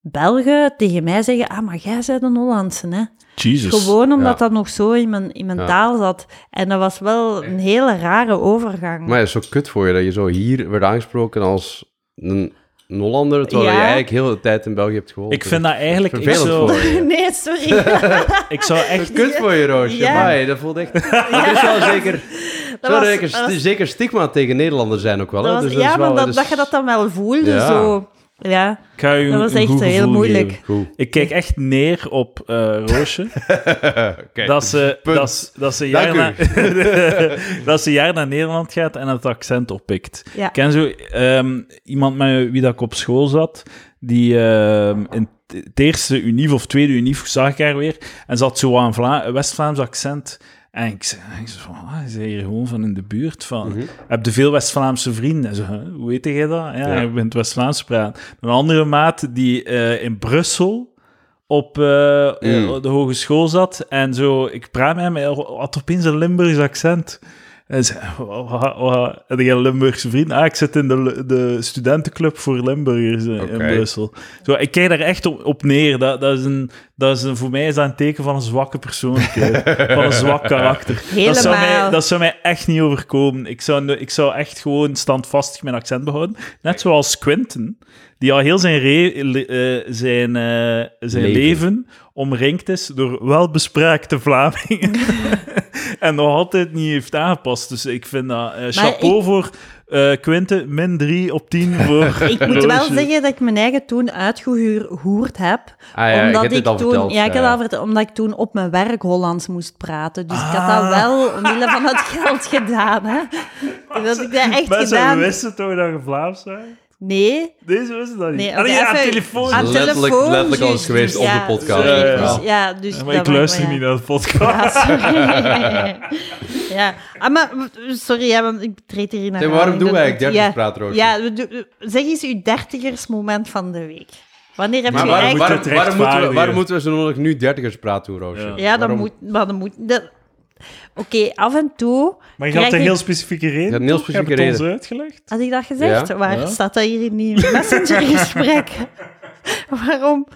Belgen, tegen mij zeggen, ah, maar jij bent een Hollandse, hè?
Jesus.
Gewoon omdat
Dus, ja.
dat nog zo in mijn, in mijn
Ja.
taal zat. En dat was wel een hele rare overgang.
maar het is zo kut voor je dat je zo hier werd aangesproken als een, een Hollander, terwijl
Ja.
je eigenlijk heel de tijd in België hebt gewoond.
Ik vind dat eigenlijk... Ik
Vervelend
zou,
voor je.
*laughs* nee,
*laughs*
sorry.
ik zou echt
Dat is kut voor je, Roosje.
Ja.
Amai, dat voelt echt... Dat is wel zeker...
Dat
zou
was-
zeker,
dat was-
zeker stigma tegen Nederlanders zijn ook wel. hè?
Dat was-
Dus
ja,
is
maar
wel-
dat,
is-
dat je dat dan wel voelde,
Ja.
zo. Ja,
Ik ga je
dat
een-
was
een
echt
goed
heel
gevoel
moeilijk.
geven.
Goed.
Ik kijk echt neer op eh,
*laughs*
Roosje.
Oké.
dat, ze,
Punt.
dat, ze- dat, ze een
Dank
jaar na- *laughs* dat ze een jaar naar Nederland gaat en het accent oppikt.
Ja.
Ik ken zo ehm, iemand met wie dat ik op school zat, die ehm, in t- het eerste unief of tweede unief zag ik haar weer, en ze had zo aan Vla- een West-Vlaams accent. En ik zei, ik zei van, ah, je bent hier gewoon van in de buurt. Van,
Mhm.
Heb je veel West-Vlaamse vrienden? En zo, "Huh, hoe weet jij dat? Ja,
Ja.
je bent West-Vlaams praten. Een andere maat die eh, in Brussel op eh,
Mm.
de hogeschool zat en zo, ik praat met hem, hij had opeens een Limburgs accent. Eh, En zei, "Wa- wa- wa- heb je een Limburgse vriend? Ah, ik zit in de, Lu- de studentenclub voor Limburgers eh, in
Oké.
Brussel. Zo, ik kijk daar echt op, op neer. Dat, dat is een, dat is een, voor mij is dat een teken van een zwakke persoonlijkheid. van een
*laughs*
zwak karakter. Dat zou, mij,
Helemaal.
dat zou mij echt niet overkomen. Ik zou, nu- ik zou echt gewoon standvastig mijn accent behouden. Net zoals Quentin, die al heel zijn, re- le- eh, zijn, eh, zijn
Leven.
leven. omringd is door welbespraakte *laughs* Vlamingen. en nog altijd niet heeft aangepast. Dus ik vind dat... eh, chapeau voor eh Quentin, min 3 op *laughs* 10 voor...
Ik moet wel
Roosje.
zeggen dat ik mijn eigen toen uitgehoerd heb.
Ah ja, je
omdat
hebt
ik
dit al
toen,
verteld.
ja, ik heb
eh.
dat verteld, omdat ik toen op mijn werk Hollands moest praten. Dus ik
Ah.
had dat wel omwille van het geld gedaan. Hè. Dat ik dat echt
Mensen
gedaan.
wisten toch dat je Vlaams bent?
Nee.
Deze wisten dat niet.
Nee,
Allee,
oké,
Ah, ja,
even-
telefoon.
aan
Dat is letterlijk-
telefoon,
letterlijk al
juist,
eens geweest
dus
op de
ja,
podcast,
sorry,
ja, ja.
dus- ja, dus
maar ik
dat maakt Ah,
luister
wel, ja.
niet naar de podcast.
Ja, sorry. *laughs* ja. Ah, maar, w- sorry, ja, want ik treed hier naar.
Zeg, maar waarom doen wij eigenlijk
ja,
30 praatroosjes?
Ja, we doen- zeg eens uw dertigersmoment van de week. Wanneer heb
Maar
je
waarom
echt...
moet het
waarom, waarom moeten we,
rechtvaardigen?
waarom moeten we zo nodig nu dertigers praten, Roosje?
Ja.
Ja, dat
Waarom-
moet... Maar dat moet dat... Oké, af en toe...
Maar je
krijg
had een
ik-
heel specifieke reden.
Je had een heel
toch? Je hebt
specifieke
het ons uitgelegd.
Had ik dat gezegd?
Ja,
Waar
ja.
staat dat hier in die messengergesprek? *laughs* waarom?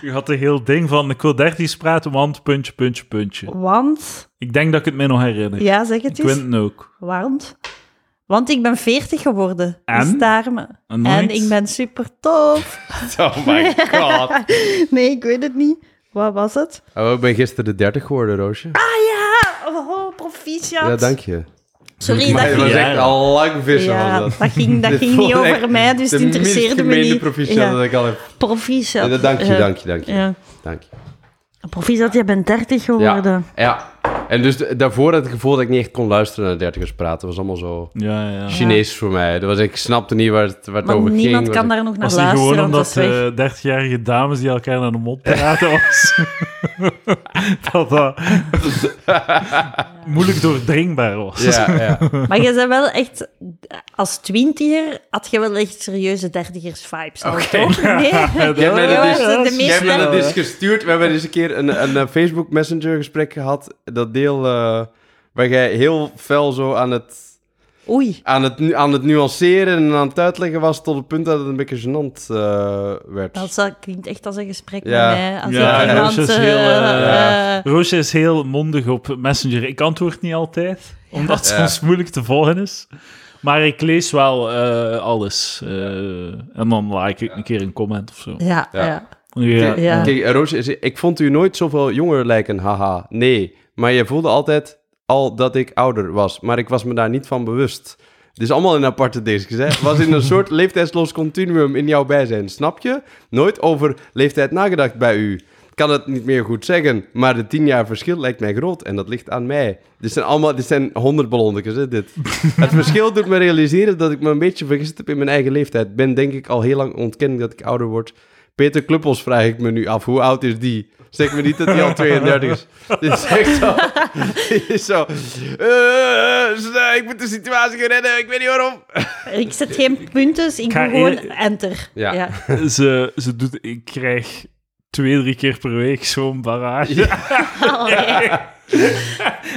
Je had een heel ding van, ik wil dertigs praten, want puntje, puntje, puntje.
Want...
Ik denk dat ik het mij nog herinner.
Ja, zeg het eens.
Quinten ook.
Want... Want ik ben 40 geworden.
En?
Dus daarom...
En nog
En
iets?
ik ben super tof. *laughs*
Oh my god.
Nee, ik weet het niet. Wat was het?
Oh, ik ben gisteren de 30 geworden, Roosje.
Oh, proficiat.
ja, dank je.
Sorry, dat
Maar het was
ging...
Ja.
echt al lang vissen.
Ja,
was
dat
dat.
ging, dat
*laughs* Dit
ging
vond
niet
ik
over mij, dus het
de minst
interesseerde me
gemeende
niet.
proficiat
Ja,
dat ik al heb.
proficiat.
Ja, dank je,
Eh,
dank je, dank je.
Ja.
Dank je.
Proficiat, jij bent 30 geworden.
Ja. En dus d- daarvoor had ik het gevoel dat ik niet echt kon luisteren naar dertigers praten. Dat was allemaal zo
Ja, ja.
Chinees voor mij. Dat was, ik snapte niet waar het, waar het
Maar
over ging.
niemand
Oh, Was
kan
ik-
daar nog naar
Was die
luisteren,
gewoon
want dat
omdat eh,
is weg.
30-jarige dames die elkaar naar de mond praten
*laughs*
was? *laughs* dat dat moeilijk doordringbaar was.
Ja,
*laughs*
ja.
eh,
Maar je bent wel echt... Als twintiger had je wel echt serieuze dertigers-vibes. al,
Oké. *laughs*
toch? Nee?
Jij bent
Ja,
het dus-
de meest
Jij hebt me
dertig-
dat eens gestuurd. We hebben eens een keer een, een eh, Facebook Messenger gesprek gehad. Dat deel eh, waar jij heel fel zo aan het,
Oei.
aan, het, nu- aan het nuanceren en aan het uitleggen was. Tot het punt dat het een beetje gênant eh, werd.
Dat is- klinkt echt als een gesprek
Ja.
met mij. Als
Ja,
ik
ja,
iemand...
dat is
eh,
heel, eh,
eh,
Roosje is heel mondig op Messenger. Ik antwoord niet altijd, omdat het
Ja.
soms moeilijk te volgen is. Maar ik lees wel eh, alles. eh, en dan like ik een keer een comment of zo.
Ja,
Ja.
ja.
Ja.
Kijk,
Ja.
Kijk, eh, Roosje, is- ik vond u nooit zoveel jonger lijken, haha. Nee, maar je voelde altijd al dat ik ouder was. Maar ik was me daar niet van bewust. Het is allemaal in aparte discs, hè. Was in een soort leeftijdsloos continuum in jouw bijzijn, snap je? Nooit over leeftijd nagedacht bij u. Ik kan het niet meer goed zeggen, maar de tien jaar verschil lijkt mij groot en dat ligt aan mij. Dit zijn allemaal, dit zijn honderd ballonnetjes, hè, dit. Het verschil doet me realiseren dat ik me een beetje vergist heb in mijn eigen leeftijd. Ben denk ik al heel lang ontkenning dat ik ouder word. Peter Kluppels vraag ik me nu af, hoe oud is die? Zeg me niet dat hij al 32 *laughs* is. Dit is echt zo. Dit is zo. eh, eh, ik moet de situatie gaan redden, ik weet niet waarom.
Ik zet geen punten, ik
Ga
doe gewoon
eer-
enter.
Ja.
Ja. *laughs*
Ze, ze doet, ik krijg twee, drie keer per week zo'n barrage. *laughs*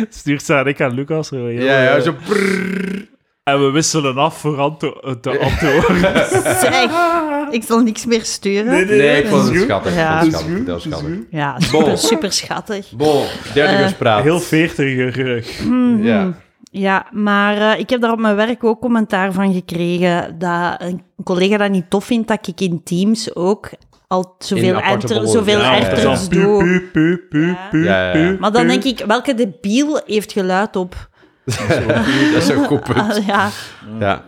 Stuurt ze aan ik aan Lucas. Heel,
Ja, ja,
eh,
zo. prrrr.
En we wisselen af voor antwo eh, te antwoorden.
Zeg, ik zal niks meer sturen.
*laughs* Nee, ik vond het schattig.
Ja.
Ja. schattig. Dat was schattig.
Ja,
Bon.
super, super schattig.
Bon, dertigers praat.
Heel eh, veertigerig.
Ja.
Ja, maar eh, ik heb daar op mijn werk ook commentaar van gekregen dat een collega dat niet tof vindt dat ik in Teams ook al zoveel,
aparte
enter,
bollen.
zoveel
Ja, ja,
het is al
enters
pu,
doe.
pu, pu, pu, pu,
Ja, ja.
pu,
Maar dan
pu.
denk ik, welke debiel heeft geluid op?
Dat is een goed punt.
Ah, ja.
Ja.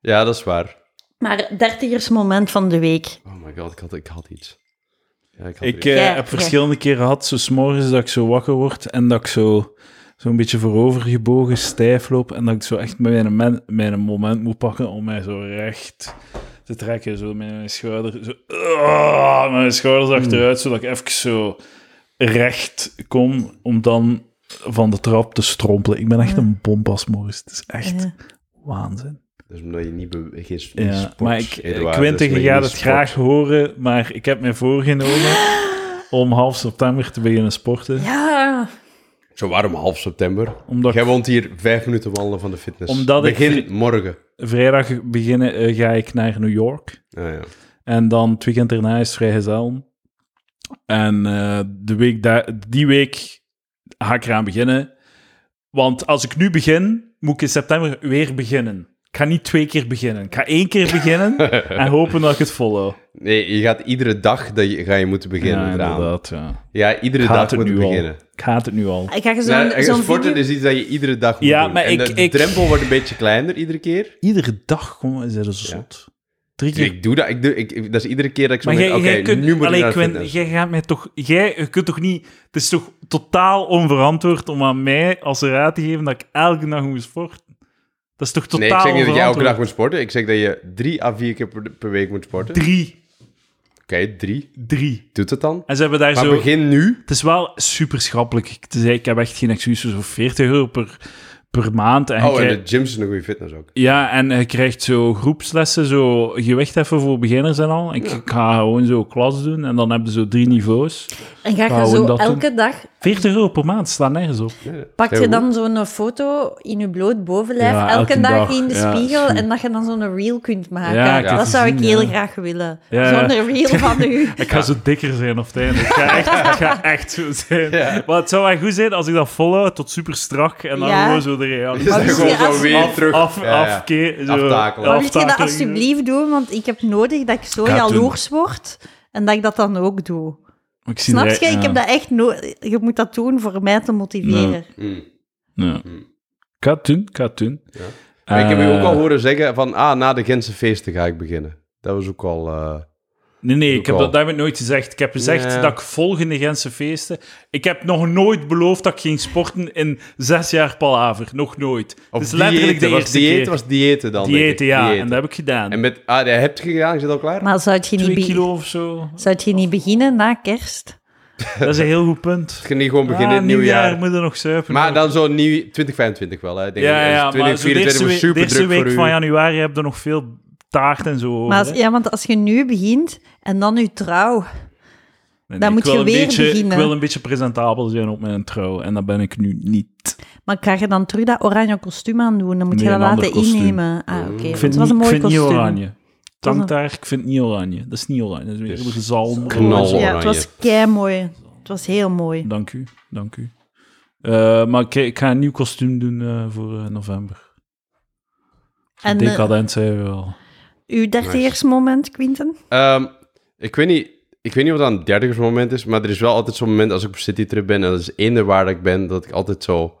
ja, dat is waar.
Maar dertigersmoment van de week.
Oh my god, ik had, ik had iets. Ja, ik had
Ik
iets.
eh,
Ja,
heb
ja.
verschillende keren gehad, zo 's morgens dat ik zo wakker word en dat ik zo zo'n beetje voorovergebogen stijf loop en dat ik zo echt mijn, men- mijn moment moet pakken om mij zo recht te trekken, zo met mijn schouder, zo, ah, met mijn schouders
Hmm.
achteruit, zodat ik even zo recht kom om dan van de trap te strompelen. Ik ben echt een bompas morgens, het is echt
Ja.
waanzin.
Dus omdat je niet be- geen s- niet
Ja,
sport,
maar ik,
Eduard,
Quinten,
dus
je
omdat
gaat
niet
het
sport.
graag horen, maar ik heb me voorgenomen om half september te beginnen sporten.
Ja,
Zo warm, half september.
Omdat
Jij
ik
woont hier vijf minuten wandelen van de fitness.
Omdat ik-
Begin morgen.
vrijdag beginnen, eh, ga ik naar New York.
Ah, ja.
En dan het weekend daarna is vrijgezel. En eh, de week da- die week ga ik eraan beginnen. Want als ik nu begin, moet ik in september weer beginnen. Ik ga niet twee keer beginnen. Ik ga één keer
*laughs*
beginnen en hopen dat ik het follow.
Nee, je gaat iedere dag dat je, ga je moeten beginnen.
ja,
eraan.
inderdaad. Ja.
Ja, iedere
Ik haat
dag
het
moet je
nu
beginnen.
al. Ik haat het nu al.
Ik ga je zo'n
Nou, en
zo'n
sporten
video-
is iets dat je iedere dag moet
Ja,
doen.
maar
En
ik-
de, de
ik-
drempel wordt een beetje kleiner iedere keer.
Iedere dag gewoon is er een zot. Drie keer
Ik doe dat. Ik doe, ik, ik- dat is iedere keer dat ik zo
Maar
denk,
jij,
oké,
jij kunt,
nu moet
allee,
ik naar de
Quinn,
fitness.
jij gaat mij toch, jij je kunt toch niet, het is toch totaal onverantwoord om aan mij als raad te geven dat ik elke dag moet sporten. Dat is toch totaal
Nee, ik zeg niet dat je elke
onverantwoord.
dag moet sporten. Ik zeg dat je drie à vier keer per, per week moet sporten. Oké,
Drie,
drie.
drie.
Doet het dan.
En ze hebben daar
Maar
zo,
begin nu.
het is wel super schappelijk. Ik, te zeggen, ik heb echt geen excuses voor 40 euro per, per maand. En je
Oh, en
krijgt-
de gyms is een goede fitness ook.
Ja, en je krijgt zo groepslessen, zo gewicht heffen voor beginners en al. Ik, ik ga gewoon zo klas doen en dan hebben ze zo drie niveaus.
En ga je
Vrouwen
zo
dat doen.
elke dag...
40 euro per maand staat nergens op.
Pak je
Heel
dan zo'n foto in je bloot bovenlijf,
Ja,
elke,
elke
dag,
dag.
in de
Ja,
spiegel,
is goed.
en dat je dan zo'n reel kunt maken.
Ja, ik heb
dat zou ik
gezien,
heel
ja.
graag willen.
Ja.
Zo'n
*laughs*
reel van u.
Ik ga zo dikker zijn of het einde. Het gaat echt, het gaat echt zo zijn.
Ja.
Maar het zou wel goed zijn als ik dat volhoud tot super strak en dan
Ja.
gewoon zo de reactie.
Is dat
misschien
gewoon
als-
zo weer
af,
terug.
Af,
Ja, ja.
afkeer, zo.
Aftakelen.
Maar wil je dat
aftakeling.
alsjeblieft doen? Want ik heb nodig dat ik zo
Ga het doen.
jaloers word en dat ik dat dan ook doe.
Ik zie
Snap
er-
je?
ja.
Ik heb dat echt nodig. Je moet dat doen voor mij te motiveren.
Mm.
Ja. Ik ga het doen, ik ga het doen.
Maar ik heb u
Eh,
ook al horen zeggen van, ah, na de Gentse feesten ga ik beginnen. Dat was ook al... eh,
Nee, nee,
Ook
ik heb
al.
dat daarmee nooit gezegd. Ik heb gezegd
Ja.
dat ik volgende Gentse feesten... Ik heb nog nooit beloofd dat ik ging sporten in zes jaar palaver. Nog nooit.
of
het is letterlijk
diëten.
de
was
eerste
diëten,
keer.
was diëten dan, denk ik.
Diëten, ja.
Diëten.
En dat heb ik gedaan.
En met, ah, dat heb je gedaan, is dat al klaar?
Maar zou je, niet
Twee
be-
kilo Oh, of zo.
zou je niet beginnen na kerst?
Dat is een heel goed punt.
Je kan niet gewoon beginnen
Ah,
in het nieuwjaar.
nieuwjaar moet er nog zuipen.
Maar dan zo nieuw 2025 wel, hè? Ik Denk
ja, ja, maar zo de
2024
eerste, week,
wordt
de
super
eerste
druk
week
voor u.
van januari heb je nog veel taart en zo.
Maar
over,
als-
hè.
ja, want als je nu begint en dan je trouw,
Nee,
dan
nee,
moet
ik wil
je
een
weer
beetje,
beginnen.
Ik wil een beetje presentabel zijn op mijn trouw. En dat ben ik nu niet.
maar krijg je dan terug dat oranje kostuum aan doen? Dan moet
Nee,
je dat
een ander
laten
kostuum.
innemen. Ah, oké.
Ik
want
vind,
Het was een
niet- ik
mooi
vind niet
kostuum.
oranje. Tangtaar, ik vind het niet oranje. Dat is niet oranje. Dat is weer
Dus
zalm.
knal. oranje.
Ja, het was kei mooi. Het was heel mooi.
Dank u, dank u. Eh, maar ik, ik ga een nieuw kostuum doen eh, voor eh, november.
En eh,
Decadent zijn we wel.
uw dertigersmoment, Quinten?
Ehm, ik, weet niet, ik weet niet wat dan het dertigersmoment is, maar er is wel altijd zo'n moment als ik op citytrip ben, en dat is eender waar ik ben, dat ik altijd zo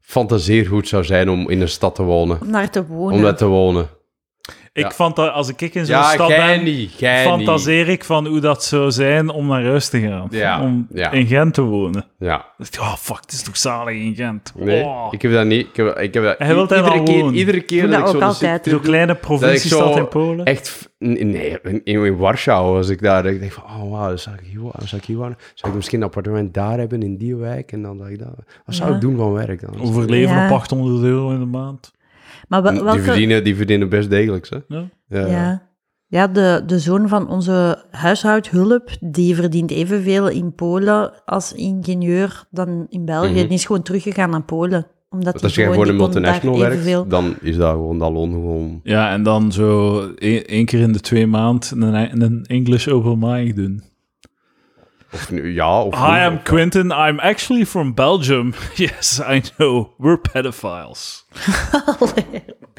fantaseer hoe het zou zijn om in een stad te wonen.
Om daar te wonen.
Om daar te wonen.
Ik
Ja.
vond dat als ik in zo'n
Ja,
stad
jij
ben,
niet, jij
fantaseer ik van hoe dat zou zijn om naar huis te gaan.
Ja,
Om
ja.
in Gent te wonen.
Ja,
Ik dacht, Oh, fuck, het is toch zalig in Gent.
nee,
Oh.
ik heb dat niet. Ik heb, ik heb dat
Hij wil daar
iedere
wel
keer,
wonen.
iedere keer
Doe
dat
dat
ik zo'n
ook altijd.
Zo'n
citytrip
kleine provinciestad
zo
in Polen.
Echt, f- n- nee, in, in Warschau was ik daar. Ik denk van, oh wauw, zou ik hier wonen? Zou ik hier wonen? Zou ik misschien een appartement daar hebben in die wijk? En dan dacht ik, dat, wat zou
Ja.
ik doen van werk dan?
Overleven
Ja.
op 800 euro in de maand.
Maar wel-
Die eh,
welke...
verdienen, die verdienen best degelijks, hè?
Ja.
Ja.
Ja, ja de, de zoon van onze huishoudhulp, die verdient evenveel in Polen als ingenieur dan in België.
Mhm.
Die is gewoon teruggegaan naar Polen. Omdat
Want
hij
Dus als je gewoon in
die
een
kon daar
multinational werkt,
evenveel-
dan is dat gewoon dat loon gewoon...
Ja, en dan zo één één keer in de twee maand een, een English open mic doen.
Of, nu- ja, of...
Hi,
niet,
I'm
of-
Quentin. I'm actually from Belgium. *laughs* Yes, I know. We're pedophiles.
*laughs*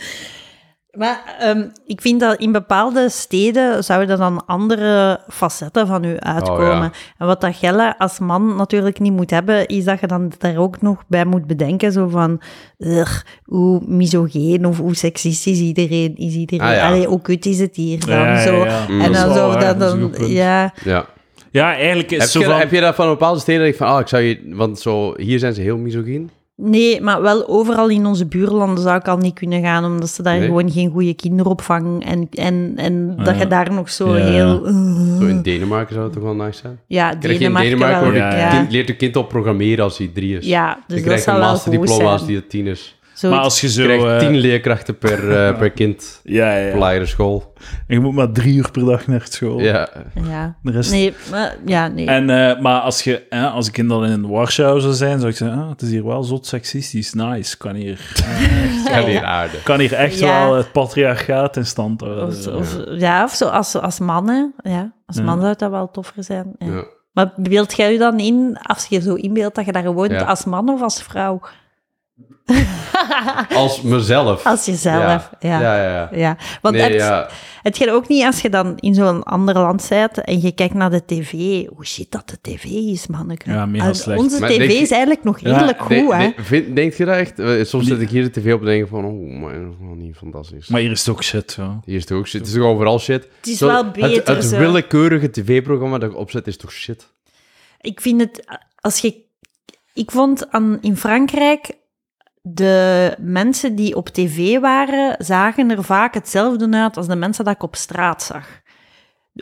Maar ehm, ik vind dat in bepaalde steden zouden dan andere facetten van u uitkomen.
Oh, ja.
En wat dat Gelle als man natuurlijk niet moet hebben, is dat je dan daar ook nog bij moet bedenken. Zo van, ugh, hoe misogeen of hoe seksistisch iedereen is. Iedereen.
Ah, ja. Mm.
Allee, hoe kut is het hier dan?
Ja, ja,
zo.
ja.
En
Dat
dan
is wel
zo,
waar,
dat
dat is een
dan,
goed punt.
ja.
Ja.
Ja, eigenlijk is
Heb,
het zo
je,
van...
heb je dat van bepaalde steden dat ik van, ah, ik zou je... Want zo, hier zijn ze heel misogyn.
Nee, maar wel overal in onze buurlanden zou ik al niet kunnen gaan, omdat ze daar
Nee.
gewoon geen goede kinderopvang en, en, en dat
Ah,
je daar nog zo
ja.
heel... ugh.
Zo in Denemarken zou het toch wel nice zijn?
ja,
Krijg je in
Mm. Denemarken,
Denemarken
wel.
wordt
ja,
het
ja.
kind, leert een kind al programmeren als hij drie is.
Ja, dus
dan
dat
krijgt
zou
een
wel
masterdiploma
goed
als
zijn.
hij tien is.
Zoiets.
Maar als je zo...
Je krijgt
eh,
tien leerkrachten per,
*laughs*
eh, per kind
ja, ja,
op
ja.
lagere school.
En je moet maar drie uur per dag naar school.
Ja.
Ja.
De rest...
Nee, maar, ja, nee.
En, eh, maar als, je, hè, als ik in, dan in Warschau zou zijn, zou ik zeggen, ah, het is hier wel zot seksistisch, nice. Kan hier,
*laughs* Ja, weer aarde.
kan hier echt
Ja.
wel het patriarchaat in stand houden.
Of, of- ja, of zo als, als mannen. Ja, als man
Ja.
zou dat wel toffer zijn. Ja.
Ja.
Maar beeld jij je dan in, als je zo inbeeldt dat je daar woont,
Ja.
als man of als vrouw?
Als mezelf.
Als jezelf, ja.
Ja, ja, ja.
Ja, want
Nee,
het,
ja.
het gaat ook niet als je dan in zo'n ander land bent en je kijkt naar de tv. Hoe shit dat de tv is, manneke.
Ja, mega
En
slecht.
Onze
Maar
tv
denk je-
is eigenlijk nog redelijk goed,
Nee,
hè.
nee, vind- denk je dat echt? Eh, Soms zet ik hier de tv op en denk ik van, oh man, dat is wel niet fantastisch.
Maar hier is het ook shit, hoor.
hier is het ook shit. Het is toch overal shit?
Het is
Zo,
wel
Het,
beter
het
zo.
willekeurige tv-programma dat ik opzet is toch shit?
Ik vind het, als je... Ik vond aan, in Frankrijk, de mensen die op tv waren, zagen er vaak hetzelfde uit als de mensen dat ik op straat zag.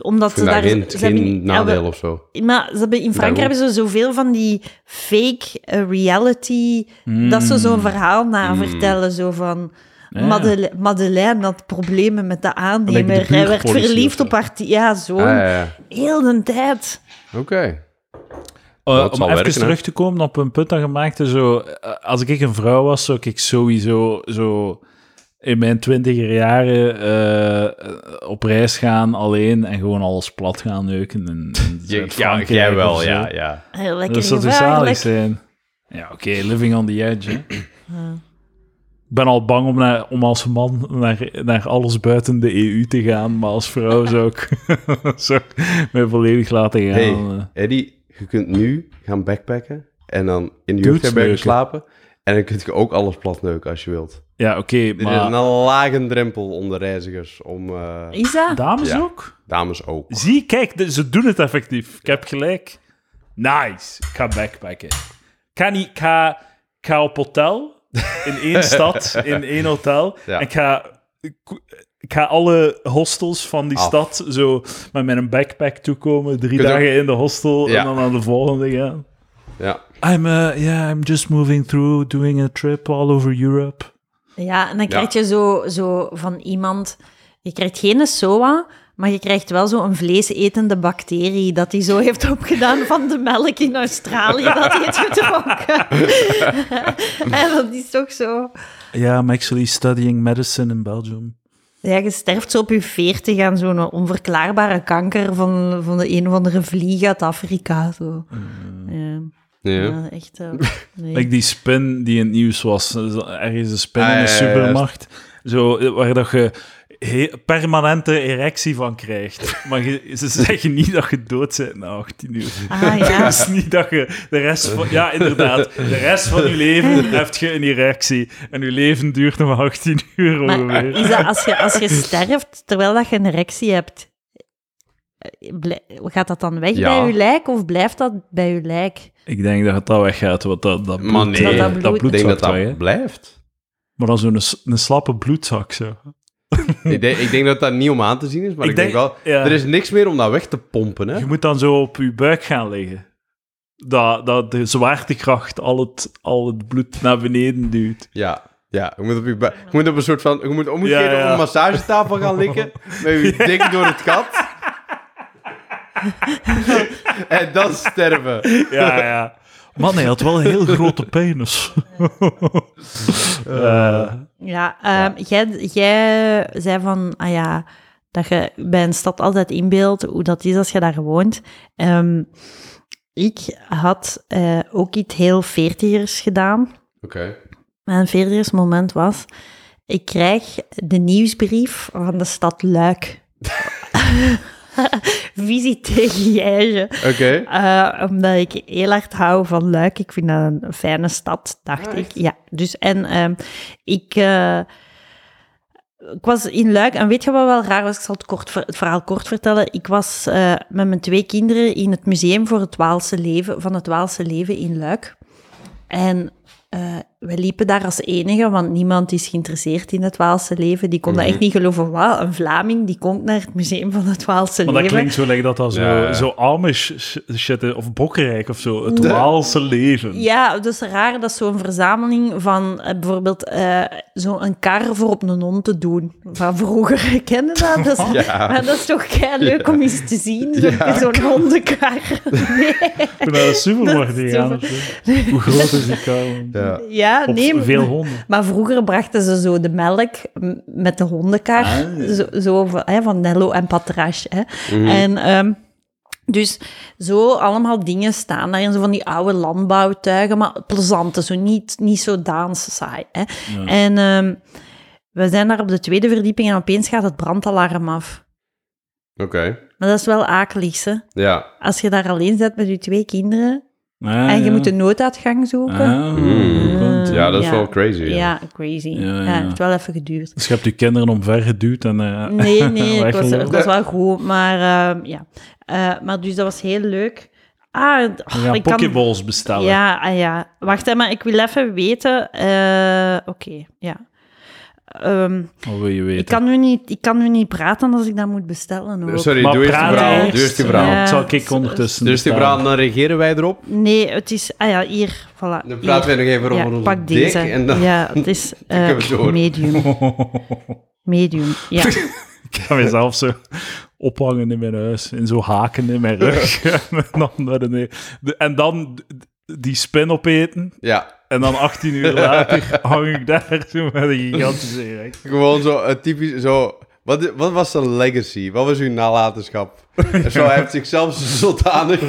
Omdat
Ik vind
ze
daar
daar...
geen,
ze
geen
hebben- ja, we-
nadeel of zo.
Maar ze hebben, in Frankrijk
Daarom.
hebben ze zoveel van die fake eh, reality, dat ze zo'n verhaal na
Hmm.
vertellen, zo van...
Hmm. Ja.
Madele- Madeleine had problemen met de aannemer.
Like de
Hij werd
buurtpolitie
verliefd
of
op haar... ti- Ja, zo.
Ah, ja, ja.
Heel de tijd.
Oké.
Eh,
Dat
om
zal
even
werken, hè?
terug te komen op een punt dat je maakte, zo, eh, als ik een vrouw was, zou ik sowieso zo in mijn twintiger jaren eh, eh, op reis gaan alleen en gewoon alles plat gaan neuken. In, *laughs* in
Je- Ja,
Frankrijk
jij
of
wel,
zo.
ja, ja.
Heel lekker
Dus Dat zou toch zalig
gevaarlijk.
zijn? Ja, oké, living on the edge. hè. Ik ben al bang om, naar, om als man naar, naar alles buiten de EU te gaan, maar als vrouw zou ik, *laughs* zou ik mij volledig laten gaan. eh.
Hey, Eddie, je kunt nu gaan backpacken en dan in de jeugdherberg
neuken.
slapen. En dan kun je ook alles platneuken als je wilt.
Ja, oké,
Dit is
maar...
een lage drempel onder reizigers om... eh,
Is dat?
Dames
Ja.
ook?
dames ook.
Zie, kijk, de- ze doen het effectief. Ik heb gelijk. Nice. Ik ga backpacken. Ik ga, niet, ik ga, ik ga op hotel, in
*laughs*
één stad, in één hotel.
Ja.
En ik ga, ik, ik ga alle hostels van die
Af.
stad zo met mijn backpack toekomen. Drie
Kunt
dagen in de hostel
Ja.
en dan naar de volgende gaan.
Ja.
I'm, uh, yeah, I'm just moving through, doing a trip all over Europe.
Ja, en dan krijg je zo, zo van iemand... Je krijgt geen SOA, maar je krijgt wel zo'n vleesetende bacterie dat hij zo heeft opgedaan van de melk in Australië dat hij het *laughs* gedronken. en dat is toch zo...
Yeah, I'm actually studying medicine in Belgium.
Ja, je sterft zo op je veertig aan zo'n onverklaarbare kanker van, van de een of andere vlieg uit Afrika. Zo. Ja.
Ja.
Mm. Ja, echt. *laughs* eh, nee.
Like die spin die in het nieuws was. Er is Ergens een spin
Ah,
in
ja,
een
ja,
supermarkt. Zo, eh, waar dat je he- permanente erectie van krijgt. Maar je- ze zeggen niet dat je dood bent na 18 uur.
Ah *laughs* ja.
Dus niet dat je de rest van... Ja, inderdaad. De rest van je leven heb je een erectie. En je leven duurt nog maar 18 uur
Maar
ongeveer.
is dat als je, als je sterft terwijl dat je een erectie hebt, eh, blij- gaat dat dan weg
Ja.
bij je lijk of blijft dat bij je lijk?
Ik denk dat het al weggaat, want dat, dat bloed, eh,
Maar nee,
dat,
Dat bloed-
dat
Ik
bloed
denk dat
zakt
dat
weg, hè. *laughs*
blijft.
Maar dan zo'n s- een slappe bloedzak, zo.
ik, denk, ik denk dat dat niet om aan te zien is, maar ik,
Ik
denk,
denk-
wel...
ja.
Er is niks meer om dat weg te pompen, hè?
Je moet dan zo op je buik gaan liggen. Dat, dat de zwaartekracht al het, al het bloed naar beneden
*laughs*
duwt.
Ja. Ja, je moet, op je, bu- je moet op een soort van... Je moet omgekeerd
Ja, ja.
op een massagetafel gaan
*laughs*
liggen, met je dik door het gat. en dan sterven.
Ja, ja. Man, hij had wel een heel grote penis. *laughs* Eh,
Ja, ehm, Jij, jij zei van, ah ja, dat je bij een stad altijd inbeeldt hoe dat is als je daar woont. Ehm, ik had eh, ook iets heel veertigers gedaan.
Oké.
Mijn veertigers moment was, ik krijg de nieuwsbrief van de stad Luik. *laughs* Visiteren
Oké.
eh omdat ik heel hard hou van Luik. Ik vind dat een fijne stad, dacht
Ah,
ik. Ja, dus en ehm, ik, eh, ik was in Luik. En weet je wat wel raar was? Ik zal het, kort, ver- het verhaal kort vertellen. Ik was eh, met mijn twee kinderen in het museum voor het Waalse leven, van het Waalse leven in Luik. En eh, we liepen daar als enige, want niemand is geïnteresseerd in het Waalse leven. Die kon dat
Mhm.
echt niet geloven. Wauw, een Vlaming die komt naar het museum van het Waalse
Maar dat
leven.
klinkt zo lekker dat dat zo,
Ja.
zo Amish sh- shit is, of Bokkerijk of zo. Het Waalse leven.
Ja, dus raar dat zo'n verzameling van eh, bijvoorbeeld eh, zo'n kar voor op een non te doen. Van vroeger *laughs* kennen dat. Dus, Maar dat is toch leuk om eens te zien. Zo'n zo'n hondenkar.
Ik ben naar de supermarkt gegaan.
Dat
of zo. Hoe groot is die kou?
Ja.
Ja,
Op
nee.
veel honden.
Maar vroeger brachten ze zo de melk m- met de hondenkar.
Ah,
Zo, zo van, hè, van Nello en Patrash. Hè.
Mhm.
En ehm, dus zo allemaal dingen staan daar. En zo van die oude landbouwtuigen, maar plezante. Zo niet, niet zo Daans saai. Hè. En ehm, we zijn daar op de tweede verdieping en opeens gaat het brandalarm af.
Oké.
Maar dat is wel akelig, hè.
Ja.
Als je daar alleen zit met je twee kinderen en je moet Mm. een nooduitgang zoeken.
Ah,
Ehm,
Ja, dat is
Ja.
wel crazy. Ja.
Ja, crazy. Ja,
Ja, ja.
heeft wel even geduurd.
Dus je hebt je kinderen omver geduwd en... eh, *laughs*
Nee, nee, ik was,
weggelopen.
ik was wel goed, maar ehm, ja. Eh, maar dus dat was heel leuk. Ah,
We
oh,
gaan
ik kan...
pokeballs bestellen.
Ja, ah, ja. Wacht, hè, maar ik wil even weten... eh, Oké, ja. Ehm,
Wat wil je weten?
ik, kan nu niet, ik kan nu niet praten als ik dat moet bestellen, hoor.
Eh, Sorry, doe eerst je
praat
verhaal.
eerst.
Doe eerst je verhaal.
Ja,
eh, Ja.
het zal ik ondertussen
Doe eerst je verhaal,
bestaan.
dan reageren wij erop.
Nee, het is... Ah ja, hier, voilà.
Dan praten
hier.
wij nog even
Ja,
over onze
pak
dik
deze.
en *laughs* dan-
Ja, het is eh,
kunnen we door. *laughs*
medium. Medium, ja.
*laughs* Ik ga mezelf zo ophangen in mijn huis. En zo haken in mijn
*laughs*
rug. *laughs* en, dan naar de ne- de- en dan d- die spin opeten.
Ja.
En dan 18 uur
*laughs*
later hang ik daar zo met een gigantische erik.
Gewoon zo eh, typisch zo... Wat, wat was zijn legacy? Wat was uw nalatenschap? En Zo, hij heeft zichzelf zodanig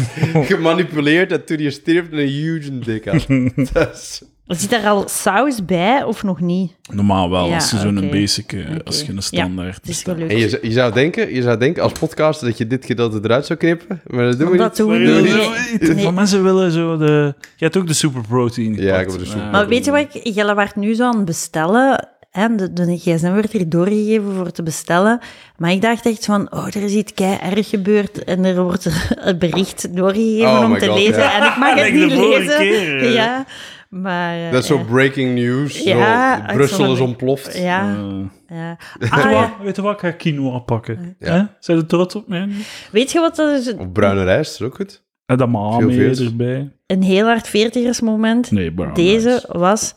*laughs*
gemanipuleerd dat toen hij stierf een huge dik
*laughs*
had. Dat is-
Zit er al saus bij of nog niet?
Normaal wel,
Ja,
als je zo'n
oké.
basic, eh,
Oké.
als je
Ja,
een standaard...
Het is
bestelt.
gelukt.
En je, je, zou denken, je zou denken als podcaster dat je dit gedeelte eruit zou knippen, maar dat doen we
Dat
niet.
doen we
Nee,
niet.
nee,
Nee.
Van mensen willen zo de... Je hebt ook de super protein
Ja, ik
gepakt.
heb de super-
Ah,
Maar weet je wat, ik, jullie werd nu zo aan het bestellen. En de, de gsm werd hier doorgegeven voor te bestellen. Maar ik dacht echt van, oh, er is iets kei erg gebeurd. En er wordt *laughs* er een bericht doorgegeven
Oh
om
my
te
God,
lezen.
ja.
En ik mag het
Like de
niet
vorige
lezen.
keer, eh.
ja, maar... eh,
Dat is zo breaking news. zo,
Ja, uit
Brussel
zo'n-
is ontploft.
ja,
eh.
ja.
Weet
Ah,
je
ja.
wat? Weet je wat? Ik ga quinoa pakken.
Ja.
Hè? Zijn ze trots op mij?
Weet je wat, dat is
Of bruine rijst, is ook goed.
En dat
Veel
mame
vis.
erbij.
een heel hard veertigersmoment.
Nee, brown
Deze
rice.
was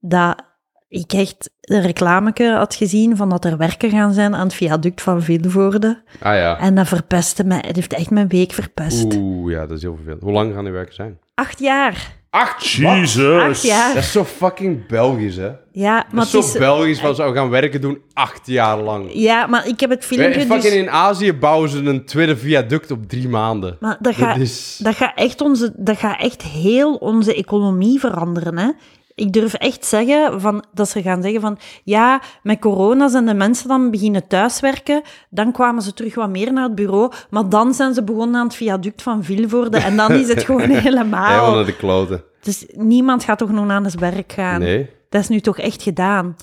dat ik echt een reclameke had gezien van dat er werken gaan zijn aan het viaduct van Vilvoorde.
Ah ja.
En dat verpestte mij. Het heeft echt mijn week verpest.
Oeh, ja, dat is heel vervelend. Hoe lang gaan die werken zijn?
Acht jaar.
Acht
Jesus.
Acht jaar.
Dat is zo fucking Belgisch, hè?
Ja, maar
Dat is
het
zo
is...
Belgisch van zou gaan werken doen acht jaar lang.
Ja, maar ik heb het
We-
filmpje
fucking
dus...
in Azië bouwen ze een tweede viaduct op drie maanden.
Maar dat
Dat
gaat
is...
dat gaat echt, onze, dat gaat echt heel onze economie veranderen, hè. Ik durf echt zeggen van, dat ze gaan zeggen van... Ja, met corona zijn de mensen dan beginnen thuiswerken. Dan kwamen ze terug wat meer naar het bureau. Maar dan zijn ze begonnen aan het viaduct van Vilvoorde. En dan is het
*laughs*
gewoon
Helemaal
helemaal...
naar de kloten.
Dus niemand gaat toch nog aan het werk gaan?
Nee.
Dat is nu toch echt gedaan?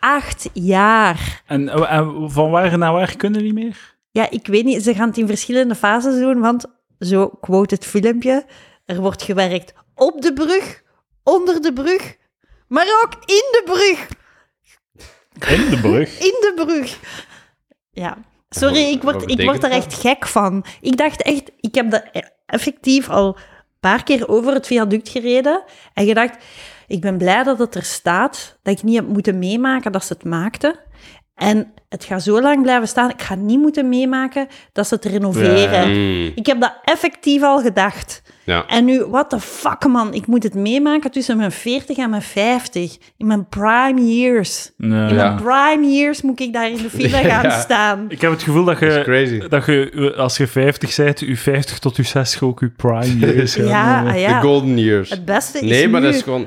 Acht jaar.
En, eh, en van waar naar waar kunnen die meer?
Ja, ik weet niet, ze gaan het in verschillende fases doen, want zo quote het filmpje, er wordt gewerkt op de brug, onder de brug, maar ook in de brug,
In de brug.
in de brug. Ja. Sorry, ik
Wat
word, ik
betekent
word daar
dat?
echt gek van. Ik dacht echt, ik heb dat e- effectief al een paar keer over het viaduct gereden en gedacht, ik ben blij dat het er staat, dat ik niet heb moeten meemaken dat ze het maakten. En het gaat zo lang blijven staan, ik ga niet moeten meemaken dat ze het renoveren.
Mm.
Ik heb dat effectief al gedacht.
Ja.
En nu, what the fuck, man. Ik moet het meemaken tussen mijn 40 en mijn 50. In mijn prime years. In mijn prime years moet ik daar in de
*laughs*
file gaan
Ah. Ja.
staan.
Ik heb het gevoel dat
Dat is
je,
crazy.
dat je, eh, als je 50 bent, je 50 tot je 60 ook je prime years gaan
Ja,
noemen.
ah
De
ja.
golden years.
Het beste is
Nee, maar
nu.
dat is gewoon...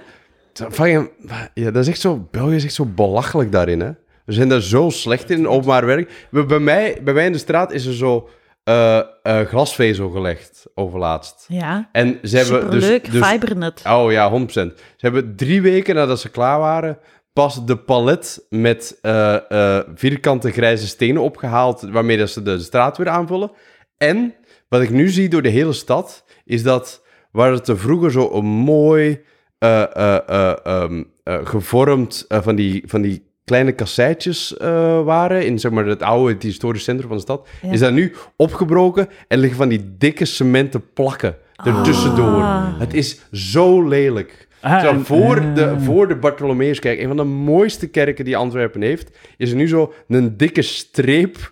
Fucking- Ja, dat is echt zo... België is echt zo belachelijk daarin, hè. We zijn daar zo slecht in, openbaar werk. We- Bij mij, bij mij in de straat is er zo eh, eh, glasvezel gelegd, overlaatst.
Ja,
En ze hebben dus...
superleuk.
dus-
Fibernet.
Oh ja, 100%. Ze hebben drie weken nadat ze klaar waren pas de palet met eh, eh, vierkante grijze stenen opgehaald waarmee dat ze de straat weer aanvullen. En wat ik nu zie door de hele stad is dat waar het er vroeger zo een mooi eh, eh, eh, eh, ehm, eh, gevormd eh, van, die, van die kleine kasseitjes eh, waren. In zeg maar, het oude, het historische centrum van de stad.
Ja.
Is dat nu opgebroken en liggen van die dikke cementen plakken ertussendoor.
Ah.
Het is zo lelijk.
Ah,
Terwijl
en-
voor,
ah.
de, voor de Bartholomeuskerk, een van de mooiste kerken die Antwerpen heeft, is er nu zo een dikke streep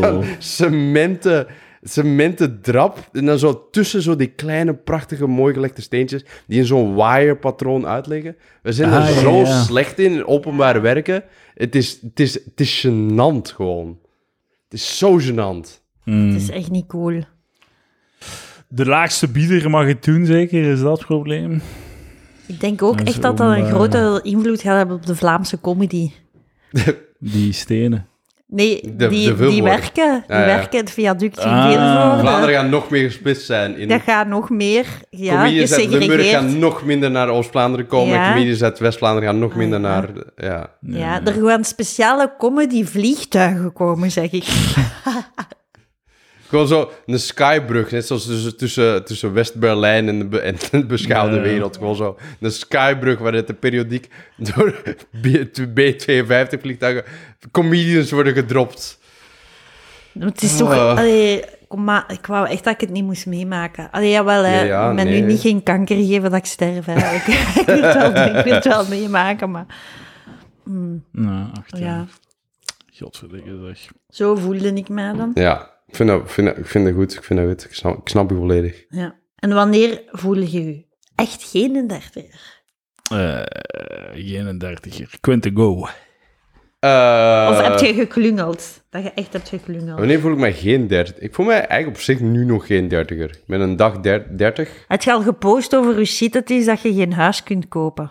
van cementen, cementen drap. En dan zo tussen zo die kleine, prachtige, mooi gelegde steentjes die in zo'n waaierpatroon uitliggen. We zijn
Ah,
er
ja,
zo
ja.
slecht in, in openbaar werken. Het is, het, is, het is gênant gewoon. Het is zo gênant.
Het is echt niet cool.
Hmm. De laagste bieder mag het doen, zeker, is dat het probleem?
Ik denk ook
Dat is
echt dat
eh,
dat een
openbaar,
grote invloed gaat hebben op de Vlaamse comedy.
Die stenen.
Nee, die,
De- de vulwoorden.
die werken. Die
Ja, ja.
werken, het viaduct in
Ah.
Vilvoorde.
Vlaanderen gaat nog meer gespitst zijn in
Dat gaat nog meer ja,
comedians uit Limburg gaan
gesegregeerd.
nog minder naar Oost-Vlaanderen komen.
Ja. Ah,
En comedians uit West-Vlaanderen gaan nog minder naar... Ja.
Ja, er gaan speciale comedy vliegtuigen komen, zeg ik.
Gewoon zo een skybrug. Net zoals tussen, tussen, tussen West-Berlijn en de, be- en de beschouwde
Ja.
wereld. Gewoon zo een skybrug waar het de periodiek door B-52-vliegtuigen... Comedians worden gedropt.
Want Het is toch...
Ah.
Allee, kom maar, ik wou echt dat ik het niet moest meemaken. Allee, jawel, hè.
Ja, ja,
maar
nee.
nu niet geen kanker geven dat ik sterf. Hè. ik, *laughs* ik wil het wel, ik wil het wel meemaken, maar
Nou, achter.
Oh, ja.
Godverdikke zeg.
Zo voelde ik mij dan.
Ja, ik vind dat, ik vind dat, ik vind dat goed. Ik vind dat goed. Ik snap, ik snap je volledig.
Ja. En wanneer voel je je echt geen dertiger?
Eh 31er. Quinte go.
Eh, Oh,
Of heb je geklungeld? Dat je echt hebt geklungeld?
Wanneer voel ik mij geen dertig? Ik voel mij eigenlijk op zich nu nog geen dertiger. Ik ben een dag der- dertig.
Had je al gepost over hoe shit het is dat je geen huis kunt kopen?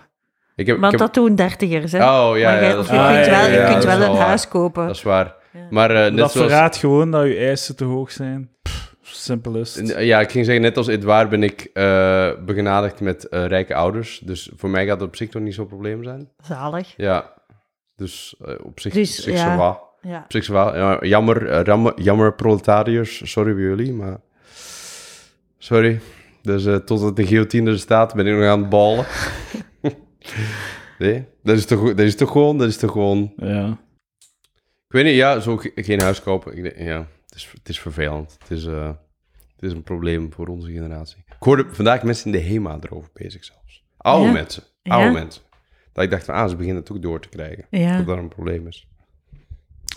Ik heb, ik
Want
heb-
dat doen dertigers, hè?
Oh, ja,
Maar
ja,
je-
dat is
je
waar.
kunt
Ah, ja,
wel,
ja, ja,
je kunt
dat is
wel
wel
een
waar.
huis kopen.
Dat is waar.
Ja.
Maar eh, net
Dat
zoals...
verraadt gewoon dat je eisen te hoog zijn. Pff, simpel is het.
Ja, ik ging zeggen, net als Edouard ben ik eh, begenadigd met eh, rijke ouders. Dus voor mij gaat dat op zich toch niet zo'n probleem zijn.
Zalig.
Ja, dus eh, op zich...
Dus,
op zich
ja.
ça va. Op
Ja.
zich ça va. Ja, jammer, eh, ramme- jammer proletariërs, sorry bij jullie, maar... Sorry. Dus eh totdat de guillotine er staat, ben ik nog aan het ballen. *laughs* nee, dat is, toch, dat is toch gewoon... Dat is toch gewoon
Ja.
ik weet niet, ja, zo ge- geen huis kopen. Ik denk, ja, het is, het is vervelend. Het is, eh, het is een probleem voor onze generatie. Ik hoorde vandaag mensen in de HEMA erover bezig zelfs. Oude
Ja?
mensen. Oude
Ja?
mensen. Dat ik dacht van, ah, ze beginnen het ook door te krijgen.
Ja.
Dat daar een probleem is.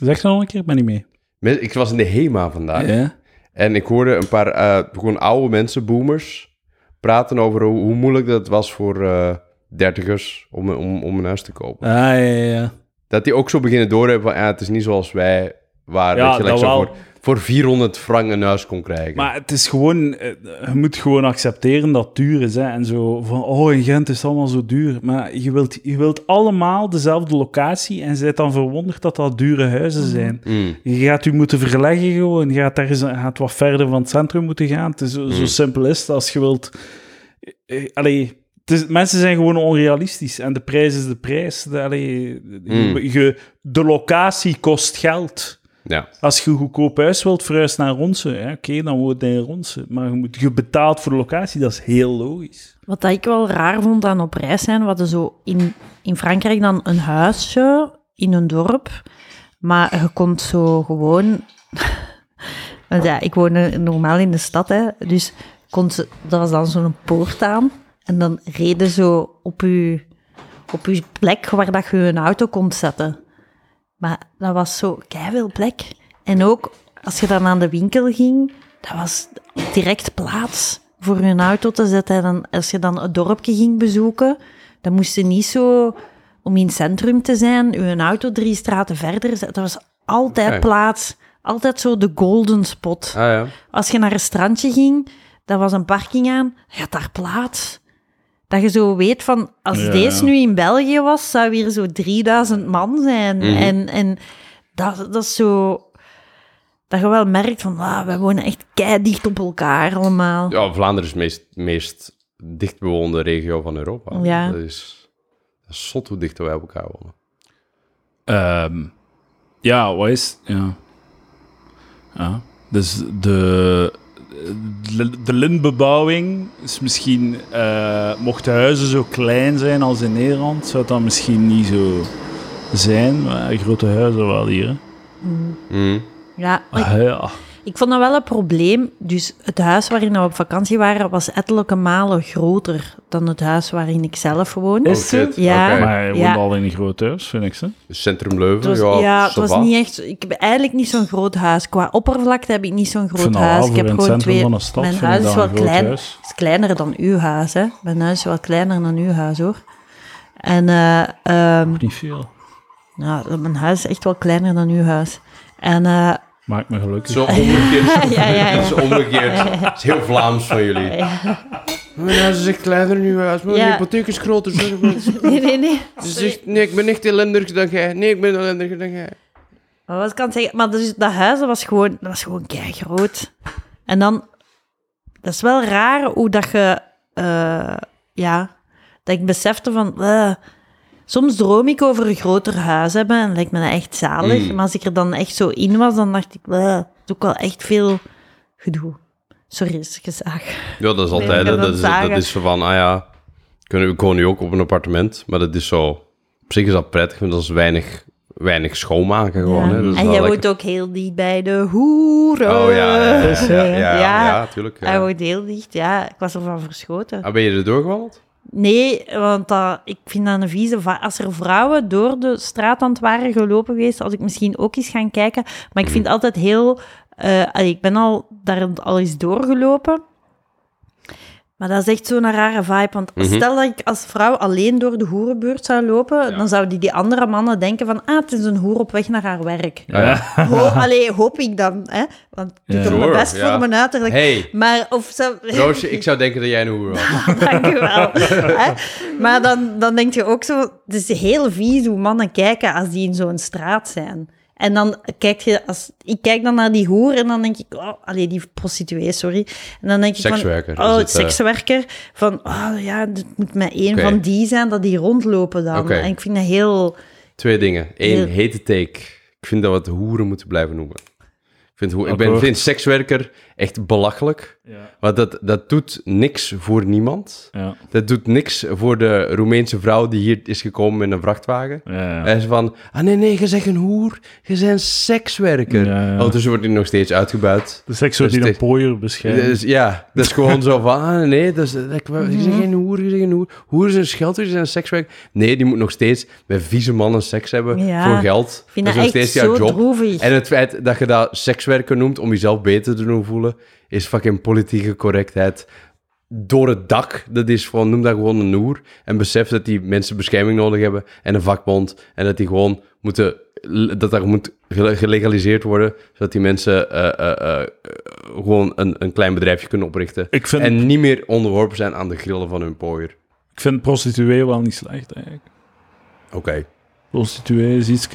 Zeg ze nog een keer, ik ben niet mee.
Men- Ik was in de HEMA vandaag.
Ja?
En ik hoorde een paar eh, gewoon oude mensen, boomers, praten over hoe, hoe moeilijk dat was voor eh, dertigers om, een- om, om een huis te kopen.
Ah, ja, ja, ja.
Dat die ook zo beginnen doorhebben van, ja, het is niet zoals wij waren.
Ja,
dat je like,
dat
zo
wel.
voor, voor 400 frank een huis kon krijgen.
Maar het is gewoon, eh, je moet gewoon accepteren dat het duur is. Hè. En zo van, oh in Gent is het allemaal zo duur. Maar je wilt, je wilt allemaal dezelfde locatie en je bent dan verwonderd dat dat dure huizen zijn.
Mm.
Je gaat u moeten verleggen gewoon. Je gaat, ergens, je gaat wat verder van het centrum moeten gaan. Het is zo, zo simpel is het als je wilt... eh, eh, Allee, het is- mensen zijn gewoon onrealistisch. En de prijs is de prijs. De, allee,
Mm.
je- je- de locatie kost geld.
Ja.
Als je een goedkoop huis wilt, verhuis naar Ronsen. Ja, Oké, dan woont hij in Ronsen. Maar je, moet, je betaalt voor de locatie, dat is heel logisch.
Wat dat ik wel raar vond aan op reis zijn, we hadden zo in, in Frankrijk dan een huisje in een dorp, maar je kon zo gewoon... Want ja, ik woonde normaal in de stad, hè, dus kon ze, er was dan zo'n poort aan en dan reden zo op uw, op uw plek waar dat je een auto kon zetten. Maar dat was zo veel plek. En ook als je dan aan de winkel ging, dat was direct plaats voor hun auto te zetten. En dan, als je dan het dorpje ging bezoeken, dan moest je niet zo om in het centrum te zijn, je auto drie straten verder zetten. Dat was altijd
Oké.
plaats. Altijd zo de golden spot.
Ah, ja.
Als je naar een strandje ging, daar was een parking aan, je had daar plaats. Dat je zo weet van, als
Ja.
deze nu in België was, zou hier zo 3000 man zijn.
Mhm.
En, en dat, dat is zo... Dat je wel merkt van, ah, wij wonen echt dicht op elkaar allemaal.
ja, Vlaanderen is de meest, meest dichtbewoonde regio van Europa.
Ja.
Dat is, dat is zot hoe dicht wij op elkaar wonen.
ja, wat is... Ja. Dus de, de- de lintbebouwing is misschien... eh, mochten huizen zo klein zijn als in Nederland, zou dat misschien niet zo zijn. Maar grote huizen wel hier. hè.
Hmm.
Mm.
Ja, maar
Ah, ja.
ik vond dat wel een probleem. Dus het huis waarin we op vakantie waren, was ettelijke malen groter dan het huis waarin ik zelf woonde.
Is
Oh,
het?
shit.
Ja.
Oké.
Maar je woont
Ja.
al in een groot huis, vind ik. Hè?
Centrum Leuven,
Het was,
ja,
ja, het
ça
was
va.
niet echt... Ik heb eigenlijk niet zo'n groot huis. Qua oppervlakte heb ik niet zo'n
Ik
groot
vind dat wel,
huis. Ik
voor
heb
in het
gewoon
centrum
twee...
van een stad
Mijn
vind ik
huis
dat
is
een
wel
groot
klein.
huis.
is kleiner dan uw huis, hè. Mijn huis is wel kleiner dan uw huis, hoor. En eh, ehm,
Niet veel.
nou, mijn huis is echt wel kleiner dan uw huis. En
*laughs*
eh,
Maakt me gelukkig.
Zo
*laughs*
omgekeerd.
Ja, ja, ja.
Zo omgekeerd. Het is heel Vlaams van jullie. Mijn huis is echt kleiner nu. Huis. Mijn
Ja.
hypotheek is groter. Ze
nee, nee, nee.
zegt, nee, ik ben echt ellendiger dan jij. Nee, ik ben ellendiger dan jij.
Maar wat ik kan zeggen, maar dus, dat huis dat was gewoon, dat was gewoon groot. En dan, dat is wel raar hoe dat je, eh, ja, dat ik besefte van, eh, soms droom ik over een groter huis hebben en lijkt me dat echt zalig.
Mm.
Maar als ik er dan echt zo in was, dan dacht ik, eh, dat is ook wel echt veel gedoe. Sorry, is gezaag.
Ja, dat is
Nee,
altijd.
ik kan
hè.
dat
dat, is,
zagen.
dat is zo van, ah ja, kunnen, ik woon nu ook op een appartement. Maar dat is zo, op zich is dat prettig, want dat is weinig, weinig schoonmaken gewoon. Hè. Dat is
En
wel
jij
lekker.
woont ook heel dicht bij de hoeren.
Oh ja, ja, ja, ja, ja, ja,
Dus, eh, Ja.
ja, tuurlijk. ja.
Hij woont heel dicht, ja. Ik was ervan verschoten.
Ah, ben je er doorgewandeld?
Nee, want dat, ik vind dat een vieze... va- Als er vrouwen door de straat aan het waren gelopen geweest, als ik misschien ook eens gaan kijken. Maar ik vind altijd heel... eh, allee, ik ben al daar al eens doorgelopen. Maar dat is echt zo'n rare vibe. Want
Mhm.
stel dat ik als vrouw alleen door de hoerenbuurt zou lopen, dan zouden die andere mannen denken van... Ah, het is een hoer op weg naar haar werk.
Ah, Ja.
Ja.
Ho- allee, hoop ik dan. Hè? Want ik doe
Ja.
toch mijn
Sure,
best
ja.
voor mijn uiterlijk.
Hey,
Maar of ze...
Roosje, Nou, ik zou denken dat jij een hoer was.
*laughs* Dank u
*laughs*
wel. Hè? maar dan, dan denk je ook zo... Het is heel vies hoe mannen kijken als die in zo'n straat zijn. En dan kijk je... Als, ik kijk dan naar die hoer en dan denk ik... Oh, allee, die prostituee, sorry. En dan denk ik
Sekswerker,
Van,
is
oh,
het, eh.
sekswerker. Van, oh ja, het moet met één
Oké.
van die zijn dat die rondlopen dan.
Oké.
En ik vind dat heel...
Twee dingen.
Ja.
Eén, hete take. Ik vind dat we het hoeren moeten blijven noemen. Ik vind, hoe- ik ben,
Akkoord.
vind sekswerker echt
*laughs*
belachelijk.
Ja.
Want dat, dat doet niks voor niemand.
Ja.
Dat doet niks voor de Roemeense vrouw die hier is gekomen met een vrachtwagen.
Ja.
En ze van, ah nee, nee, je zegt een hoer, je bent een sekswerker.
Ja, ja.
Oh, dus wordt hij nog steeds uitgebuit.
Dus ik zo
Dus
die een
het is-
pooier beschrijven.
Dus, ja, dat is gewoon zo van, ah, nee, dat is, dat, ik- je zegt geen hoer, je zegt geen hoer. Hoer is een scheldwoord, je bent een sekswerker. Nee, die moet nog steeds met vieze mannen seks hebben
Ja.
voor geld.
Ik vind
dat
dat,
is nog
echt
steeds
zo
jouw job.
droevig.
En het feit dat je dat sekswerker noemt om jezelf beter te doen voelen, is fucking politieke correctheid. Door het dak, dat is gewoon, noem dat gewoon een noer. En besef dat die mensen bescherming nodig hebben en een vakbond. En dat die gewoon moeten, dat daar moet gele- gelegaliseerd worden. Zodat die mensen eh, eh, eh, gewoon een, een klein bedrijfje kunnen oprichten.
Ik vind,
En niet meer onderworpen zijn aan de grillen van hun pooier.
ik vind prostituee wel niet slecht eigenlijk.
Oké.
Prostituee is iets.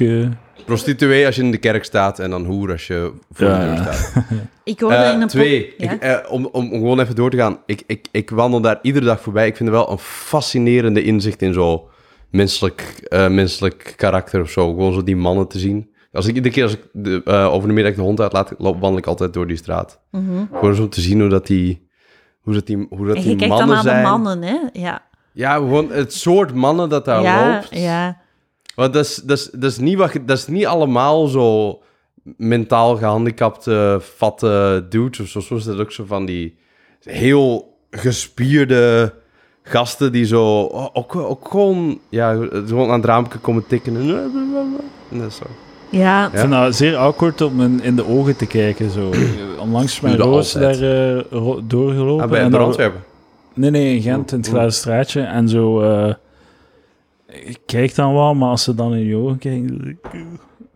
Prostituee als je in de kerk staat en dan hoer als je voor
Ja.
de deur staat.
Ik hoorde
Eh,
in een po-
twee.
Ja?
Ik, eh, om, om om gewoon even door te gaan. Ik, ik, ik wandel daar iedere dag voorbij. Ik vind er wel een fascinerende inzicht in zo menselijk, eh, menselijk karakter of zo. Gewoon zo die mannen te zien. Als ik iedere keer als ik de, eh, over de middag de hond uitlaat, loop, wandel ik altijd door die straat.
Mhm.
Gewoon zo om te zien hoe dat die, hoe dat die, hoe dat
En
die
je kijkt
mannen
dan naar
zijn.
de mannen, hè? Ja.
Ja, gewoon het soort mannen dat daar
ja,
loopt.
ja.
Want dat is, dat, is, dat, is niet wat, je- dat is niet allemaal zo mentaal gehandicapte, vatte dudes. Of zo. Soms is dat ook zo van die heel gespierde gasten die zo oh, ook, ook gewoon, ja, gewoon aan het raampje komen tikken. En, en dat is zo. Ah,
Ja,
Ik vind dat zeer awkward om in, in de ogen te kijken. Zo. *clears throat* Onlangs mijn
Doe dat
roos daar
altijd.
eh, ro- doorgelopen.
Ah, bij,
en
bij
dan-
Antwerpen.
Nee, nee, in Gent, in het
Oeh,
Glazen Straatje. En zo... eh, ik kijk dan wel, maar als ze dan in je ogen kijken...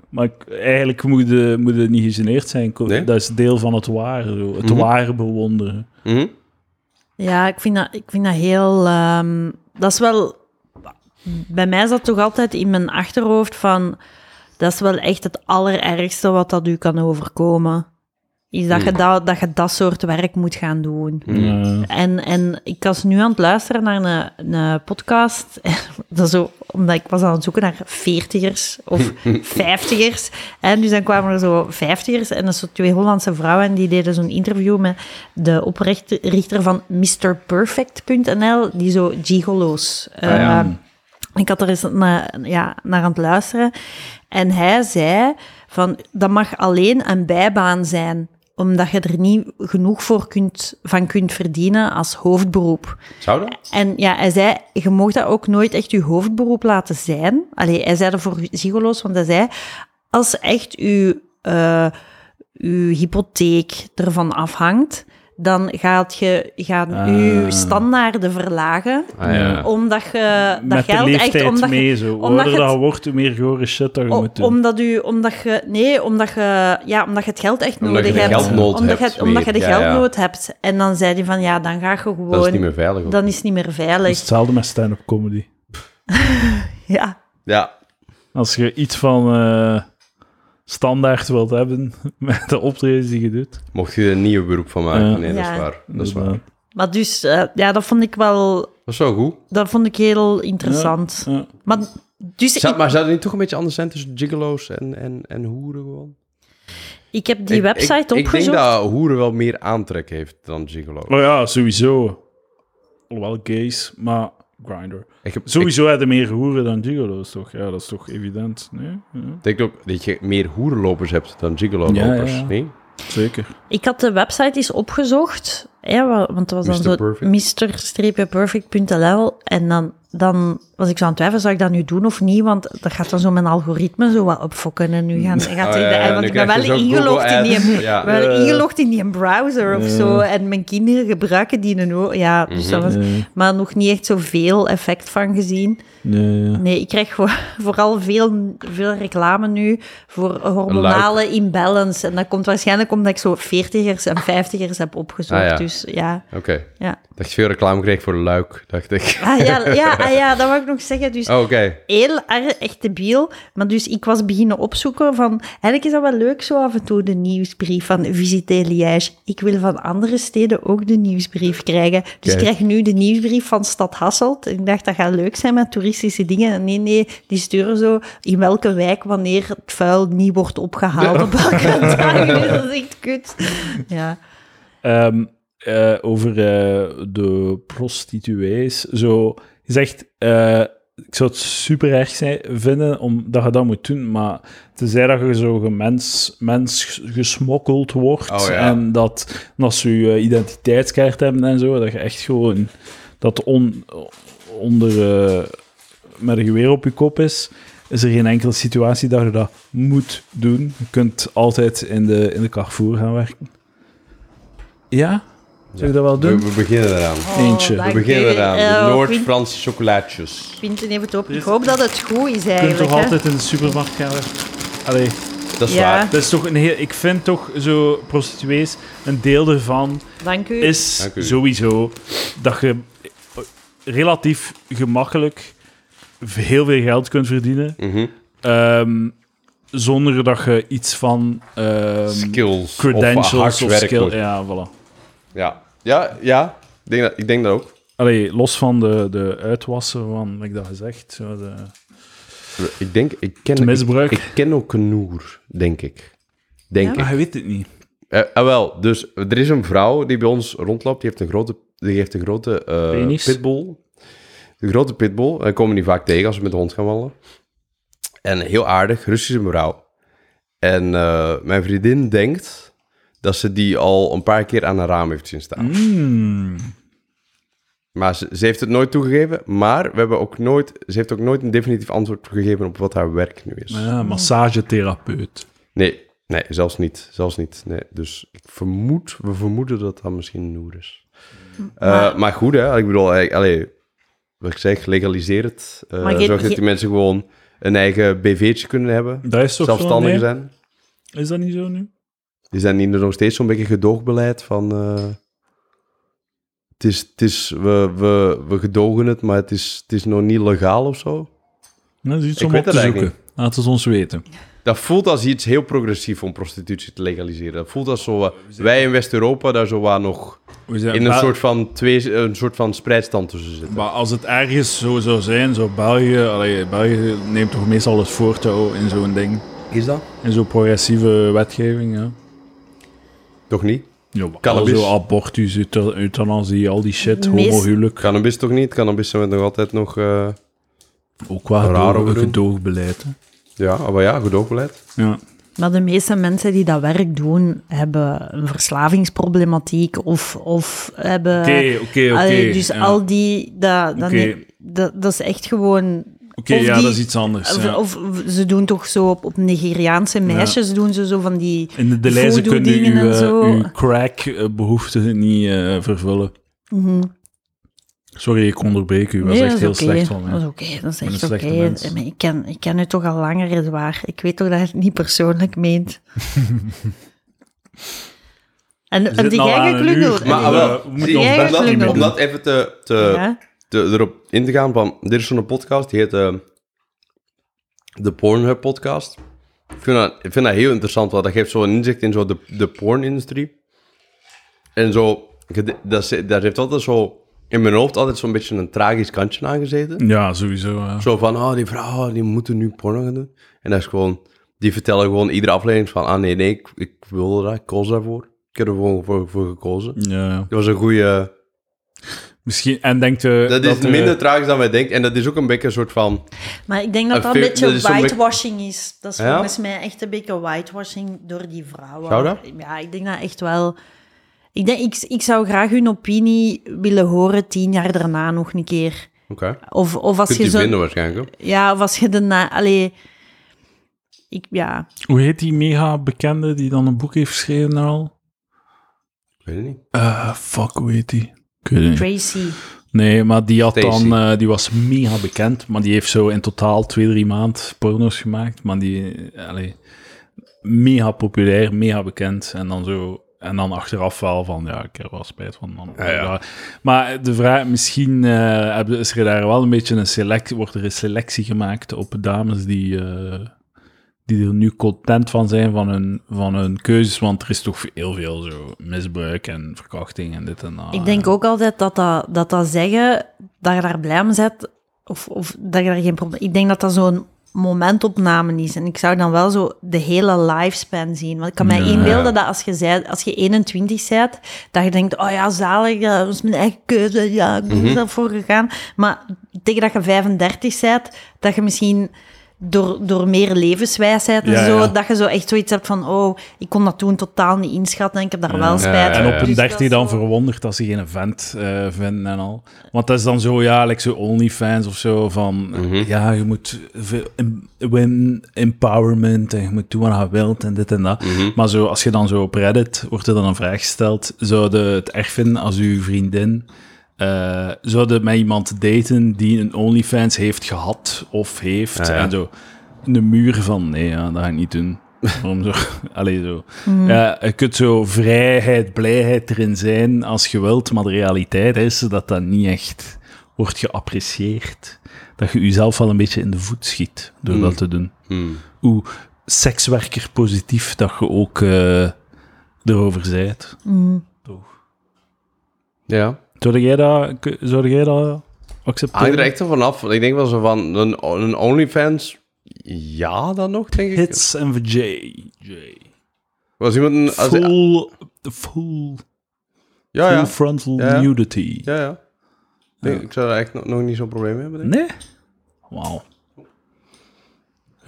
Maar ik- eigenlijk moet je, moet je niet gegeneerd zijn. Ko-
Nee?
Dat is deel van het ware. Zo. Het
Mhm.
ware bewonderen.
Mhm.
ja ik, vind dat, ik vind dat heel... ehm, dat is wel... Bij mij zat toch altijd in mijn achterhoofd van... Dat is wel echt het allerergste wat dat u kan overkomen. is
Mm.
dat, je dat, dat je dat soort werk moet gaan doen.
Ja.
En, en ik was nu aan het luisteren naar een, een podcast, *laughs* dat zo, omdat ik was aan het zoeken naar veertigers
*laughs*
of vijftigers. En dus dan kwamen er zo vijftigers en dat zo twee Hollandse vrouwen en die deden zo'n interview met de oprichter van MrPerfect.nl, die zo gigolo's... eh,
Ah ja.
ik had er eens naar, ja, naar aan het luisteren. En hij zei van, dat mag alleen een bijbaan zijn omdat je er niet genoeg voor kunt, van kunt verdienen als hoofdberoep.
Zou dat?
En ja, hij zei, je mag dat ook nooit echt je hoofdberoep laten zijn. Allee, hij zei dat voor zigolo's, want hij zei, als echt uw, eh, uw hypotheek ervan afhangt, dan gaat je gaat uw standaarden verlagen,
Ah, ja.
omdat je dat
Met de
geld echt...
leeftijd
Omdat je-
mee, zo. Hoe
omdat
ouder
je
dat
het-
je wordt, hoe meer gore shit dat je
O-
moet doen.
omdat, u, omdat je... Nee, omdat je, ja, omdat je het geld echt
Omdat
nodig
je de
hebt.
geldnood
omdat,
hebt
je, omdat je de
weer, ja, ja.
geldnood hebt. En dan zei hij van, ja, dan ga je gewoon...
Dat is niet meer Dus- veilig. ook.
dan is het niet meer
Dat is
veilig.
hetzelfde met stand-up comedy.
Ja.
Ja.
Als je iets van eh, standaard wilt hebben *laughs* met de optredens die je doet.
Mocht je er een nieuw beroep van maken?
Ja.
Nee, dat is
Ja.
waar. Dat is waar.
Maar dus, eh, ja, dat vond ik wel...
Dat is wel goed.
Dat vond ik heel interessant.
Ja.
Maar dus
Zou,
ik,
maar zou het niet toch een beetje anders zijn tussen gigolo's en, en, en hoeren gewoon?
ik heb die
Ik- ik-
website
Ik,
opgezocht.
denk dat hoeren wel meer aantrek heeft dan gigolo's.
Oh ja, sowieso. Alhoewel gays, maar grinder.
Ik heb,
Sowieso hadden meer hoeren dan gigolo's, toch? Ja, dat is toch evident? Nee? Ja,
Ik denk ook dat je meer hoerenlopers hebt dan gigolo-lopers.
Ja, ja, ja.
Nee?
zeker.
Ik had de website eens opgezocht, hè, wa- want dat was
Mr.
dan zo
Perfect.
mister-perfect.nl en dan, dan was ik zo aan het twijfelen, zou ik dat nu doen of niet, want dat gaat dan zo mijn algoritme zo wat opfokken en nu gaan, gaat
*laughs* Oh,
hij
ja,
de-
ja,
want
nu
ik ben
krijg je
wel
zo'n
ingelogd in,
Google
die,
Ads. Ja.
wel
Eh.
ingelogd in die browser of
Eh.
zo en mijn kinderen gebruiken die nu ook, ja, dus dat
Mhm.
was,
Nee,
maar nog niet echt zoveel effect van gezien.
nee, ja.
Nee, ik krijg voor- *laughs* vooral veel, veel reclame nu voor hormonale imbalance. En dat komt waarschijnlijk omdat ik zo 40ers en 50ers heb opgezocht.
Ah, ja.
Dus ja.
Oké.
Ja.
Dat je veel reclame kreeg voor luik, dacht ik.
Ah, ja, ja, ah, ja, dat wou ik nog zeggen. Dus
Oh, Oké.
heel erg, echt debiel. Maar dus ik was beginnen opzoeken van... Eigenlijk is dat wel leuk zo af en toe, de nieuwsbrief van Visite Liège. Ik wil van andere steden ook de nieuwsbrief krijgen. Dus
Kijk.
ik krijg nu de nieuwsbrief van Stad Hasselt. Ik dacht, dat gaat leuk zijn met toeristische dingen. Nee, nee, die sturen zo in welke wijk wanneer het vuil niet wordt opgehaald. Op welke
*laughs*
dag. Dus dat is echt kut. Ja.
Ehm, eh, over eh, de prostituees. Zo, je zegt, eh, ik zou het super erg zijn, vinden omdat je dat moet doen, maar tenzij dat je zo gemens, mens gesmokkeld wordt
Oh, ja.
en dat en als ze je eh, identiteitskaart hebben en zo, dat je echt gewoon dat on, onder eh, met een geweer op je kop is. Is er geen enkele situatie dat je dat moet doen? Je kunt altijd in de, in de Carrefour gaan werken. Ja? Zou ik dat wel
We,
doen?
we beginnen eraan. We
Eentje.
dat-
beginnen
Oké,
eraan.
Oh, eh,
Noord-Franse chocolaatjes.
Quinten heeft het op. Ik hoop dat het goed is
Je kunt
eigenlijk.
toch
hè.
altijd in de supermarkt gaan werken? Allee,
Dat is
Ja.
waar.
dat is toch een heel... Ik vind toch zo prostituees, een deel ervan
Dank u.
is
Dank u.
sowieso dat je relatief gemakkelijk heel veel geld kunt verdienen.
Mhm.
ehm, zonder dat je iets van... ehm,
Skills.
credentials
of hard
of,
werk
skill.
moet-
Ja, voilà.
Ja, ja, ja. Ik denk dat, ik denk dat ook.
Allee, los van de, de uitwassen van, heb ik dat gezegd, zo de,
Ik denk, ik ken,
het misbruik.
Ik, ik ken ook een noer, denk ik. Denk ik.
Ah, je weet het niet.
Eh, ah, wel, dus er is een vrouw die bij ons rondloopt. Die heeft een grote, die heeft een grote eh,
Penis.
pitbull. Een grote pitbull. We komen die vaak tegen als we met de hond gaan wandelen. En heel aardig, Russische mevrouw. En eh, mijn vriendin denkt dat ze die al een paar keer aan haar raam heeft zien staan.
Hmm.
Maar ze, ze heeft het nooit toegegeven. Maar we hebben ook nooit, ze heeft ook nooit een definitief antwoord gegeven op wat haar werk nu is.
Ja, massagetherapeut.
Nee, nee, zelfs niet. Zelfs niet. Nee. Dus ik vermoed, we vermoeden dat dat misschien Noer is. Eh, maar,
maar-
goed, hè. Ik bedoel, eh, allee, wat ik zeg, legaliseer het. Eh,
Maar je-
zorg dat
je-
die mensen gewoon een eigen BV'tje kunnen hebben.
Dat is toch zo,
zelfstandig
nee?
zijn.
Is dat niet zo nu?
Die zijn hier nog steeds zo'n beetje gedoogbeleid van... eh, het is, het is, we, we, we gedogen het, maar het is, het is nog niet legaal of zo.
Dat is iets
Ik
om
weet
op te
dat eigenlijk
zoeken. Laat het ons weten.
dat voelt als iets heel progressief om prostitutie te legaliseren. Dat voelt als zo, eh, wij in West-Europa daar zo waar nog
We zijn-
in een
maar-
soort van, twee, een soort van spreidstand tussen zitten.
Maar als het ergens zo zou zijn, zo België... Allee, België neemt toch meestal het voortouw in zo'n ding.
Is dat?
In zo'n progressieve wetgeving, ja.
Toch niet?
Ja,
Cannabis.
al zo abortus, euth- euthanasie, al die shit,
Meest-
homohuwelijk.
Cannabis toch niet? Cannabis zijn we nog altijd nog... eh,
Ook wel
Raar
gedoog-
overdoen.
gedoogbeleid. hè.
ja, maar ja, gedoogbeleid.
Ja.
Maar de meeste mensen die dat werk doen, hebben een verslavingsproblematiek of, of hebben...
Oké, oké,
Allee,
oké.
dus
ja.
al die... Dat, dat,
Oké.
nee, dat, dat is echt gewoon...
Oké,
of
ja,
die-
dat is iets anders.
Of,
ja.
of ze doen toch zo op, op Nigeriaanse meisjes, doen ze zo van die...
In de, de lijzen kunnen u
voodoo-dingen en
eh,
zo.
uw crack-behoeften niet eh, vervullen.
Mhm.
Sorry, ik onderbreek u. Dat was
Nee,
echt heel
oké.
slecht van mij.
Dat is oké, dat is
ben
echt
een
oké.
slechte mens.
Maar Ik ken, ik ken u toch al langer, Edouard. Ik weet toch dat je het niet
*laughs*
persoonlijk meent. en
zitten
heb die
al aan
jij
een
geklungeld?
uur. Maar, ah,
Heb je-
wel, we moeten ons
best
om,
niet
dat,
meer
eh, om
doen.
dat even te, te,
ja?
te- erop in te gaan. Van, er is zo'n podcast, die heet eh, de Pornhub podcast. Ik vind, dat, ik vind dat heel interessant, want dat geeft zo'n inzicht in zo de, de pornindustrie. En zo, gede- dat, is- daar heeft altijd zo, in mijn hoofd altijd zo'n beetje een tragisch kantje aan gezeten.
Ja, sowieso. ja.
Zo van, oh, die vrouwen die moeten nu porno gaan doen. En dat is gewoon, die vertellen gewoon iedere aflevering van, ah nee, nee, ik, ik wilde dat, ik koos daarvoor. Ik heb er gewoon voor, voor gekozen.
Ja, ja.
Dat was een goede.
Misschien, en denkt u... eh,
Dat eh, is
u-
minder tragisch dan wij denken. En dat is ook een beetje een soort van.
maar ik denk dat
Een
dat een
film-
beetje
dat is zo'n beetje-
whitewashing is. Dat is
Ja?
volgens mij echt een beetje whitewashing door die vrouwen.
Zou dat?
Ja, ik denk dat echt wel... Ik, denk, ik, ik zou graag hun opinie willen horen tien jaar daarna nog een keer.
Oké.
Of, of als
Kunt
je
je
zo...
vinden waarschijnlijk. hoor.
Ja, of als je de na... Allee... Ik,
*laughs*
ja,
Hoe heet die mega bekende die dan een boek heeft geschreven al?
Ik weet het niet.
Eh, fuck, hoe heet die? Ik weet het niet.
Tracy.
Nee, maar die had
Stacey.
dan, eh, die was mega bekend, maar die heeft zo in totaal twee, drie maand porno's gemaakt. Maar die, eh, allee, mega populair, mega bekend. En dan zo, en dan achteraf wel van, ja, ik heb wel spijt van. Man.
Ja, ja.
Maar de vraag, misschien eh, heb- is er daar wel een beetje een selectie, wordt er een selectie gemaakt op dames die, eh, die er nu content van zijn van hun, van hun keuzes. Want er is toch heel veel zo misbruik en verkrachting en dit en dat.
Ik denk ook altijd dat dat, dat, dat zeggen, dat je daar blij om zet, of, of dat je daar geen probleem... Ik denk dat dat zo'n momentopname is. En ik zou dan wel zo de hele lifespan zien. Want ik kan mij
Ja.
inbeelden dat als je, zei, als je 21 bent, dat je denkt, oh ja, zalig, dat is mijn eigen keuze, ja, ik ben
Mhm.
daarvoor gegaan. Maar tegen dat je 35 bent, dat je misschien... Door, door meer levenswijsheid en
Ja,
zo,
ja.
dat je zo echt zoiets hebt van, oh, ik kon dat toen totaal niet inschatten en ik heb daar
Ja.
wel spijt
Ja,
En
van.
op hun
Dus dat
dertig
is
dan
zo-
verwonderd dat ze geen vent eh, vinden en al. Want dat is dan zo, ja, like zo OnlyFans of zo, van...
Mhm.
Ja, je moet veel em- women empowerment en je moet doen wat je wilt en dit en dat.
Mhm.
Maar zo, als je dan zo op Reddit wordt er dan een vraag gesteld... Zou je het erg vinden als uw vriendin... eh zou je met iemand daten die een OnlyFans heeft gehad of heeft?
Ja, ja.
En zo de muur van... Nee, ja, dat ga ik niet
*laughs*
doen. Waarom zo? *laughs* Allee, zo. Ja, je kunt zo vrijheid, blijheid erin zijn als je wilt, maar de realiteit is dat dat niet echt wordt geapprecieerd. Dat je jezelf wel een beetje in de voet schiet door dat te doen.
Hmm.
Hoe sekswerker positief dat je ook eh, erover zijt.
Mm.
Ja.
Zou jij dat, k- zou jij dat
Hangt
accepteren?
er echt wel vanaf. Ah, Ik denk wel zo van een, een OnlyFans. Ja, dan nog, denk ik.
Hits en VJ. J.
Was iemand een. als-
Full, full,
ja, ja.
full frontal
Ja, ja.
nudity.
Ja, ja. Ik denk- Ik zou daar echt nog, nog niet zo'n probleem mee hebben. Denk. ik.
Nee? Wauw. Je
Maar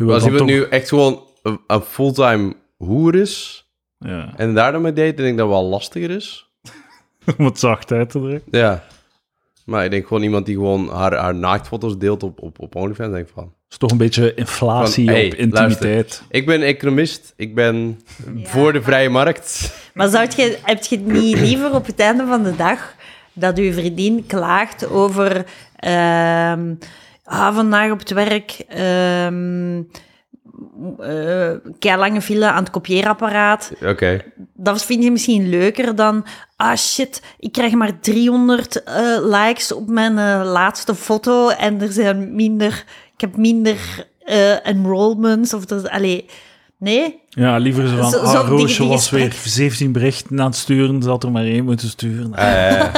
wilt
Als
dan
iemand
toch-
nu echt gewoon een, een fulltime hoer is.
Ja. *laughs*
En daar dan mee date, denk ik dat wel lastiger is.
Om het zacht uit te drukken.
Ja. Maar ik denk gewoon iemand die gewoon haar, haar naaktfoto's deelt op, op, op OnlyFans. Denk ik van.
is toch een beetje inflatie
Van, hey,
op intimiteit.
Ik ben economist. Ik ben voor de vrije markt.
Maar zou je, heb je het niet liever op het einde van de dag dat uw vriendin klaagt over ehm, ah, vandaag op het werk ehm eh, lange file aan het kopieerapparaat?
*laughs* Oké.
Dat vind je misschien leuker dan ah shit, ik krijg maar 300 eh, likes op mijn eh, laatste foto en er zijn minder, ik heb minder eh, enrollments of er, allee, nee,
Ja, liever zo van,
Zo-
ah,
zo die-
Roosje
die
was
gesprek-
weer 17 berichten aan het sturen, ze had er maar één moeten sturen.
Eh,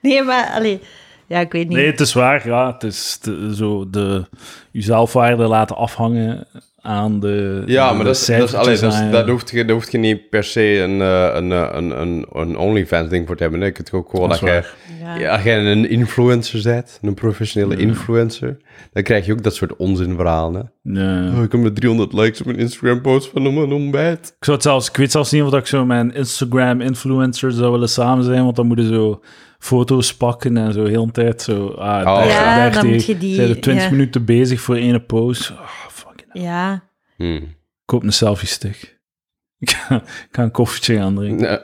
nee, maar allee, ja, ik weet niet.
nee, het is waar, ja. Het is te- zo de, je zelfwaarde laten afhangen aan de
Ja,
aan de
maar dat, is- dat, is,
cijfertjes
allee, dat, is-
aan-
dat hoeft, je, daar hoeft je niet per se een, eh, een, eh, een, een, een OnlyFans-ding voor te hebben. hè. Je kunt ook gewoon
Dat
dat,
is
jij,
Ja.
ja, als jij een influencer bent, een professionele influencer, dan krijg je ook dat soort onzinverhalen.
Nee.
hè. Oh, ik heb maar 300 likes op mijn Instagram-post van mijn ontbijt.
Ik, zou het zelfs, ik weet zelfs niet of dat ik zo mijn Instagram-influencer zou willen samen zijn, want dan moeten zo foto's pakken en zo heel de tijd zo... Ah,
Oh,
dertig,
ja. Ja, dan
dertig,
moet je die-
zijn er 20
ja.
minuten bezig voor ene pose. Ah, fucking hell.
ja.
Hmm.
Koop een selfie-stick. *laughs* Ik ga- ik ga een koffietje gaan drinken.
Nee.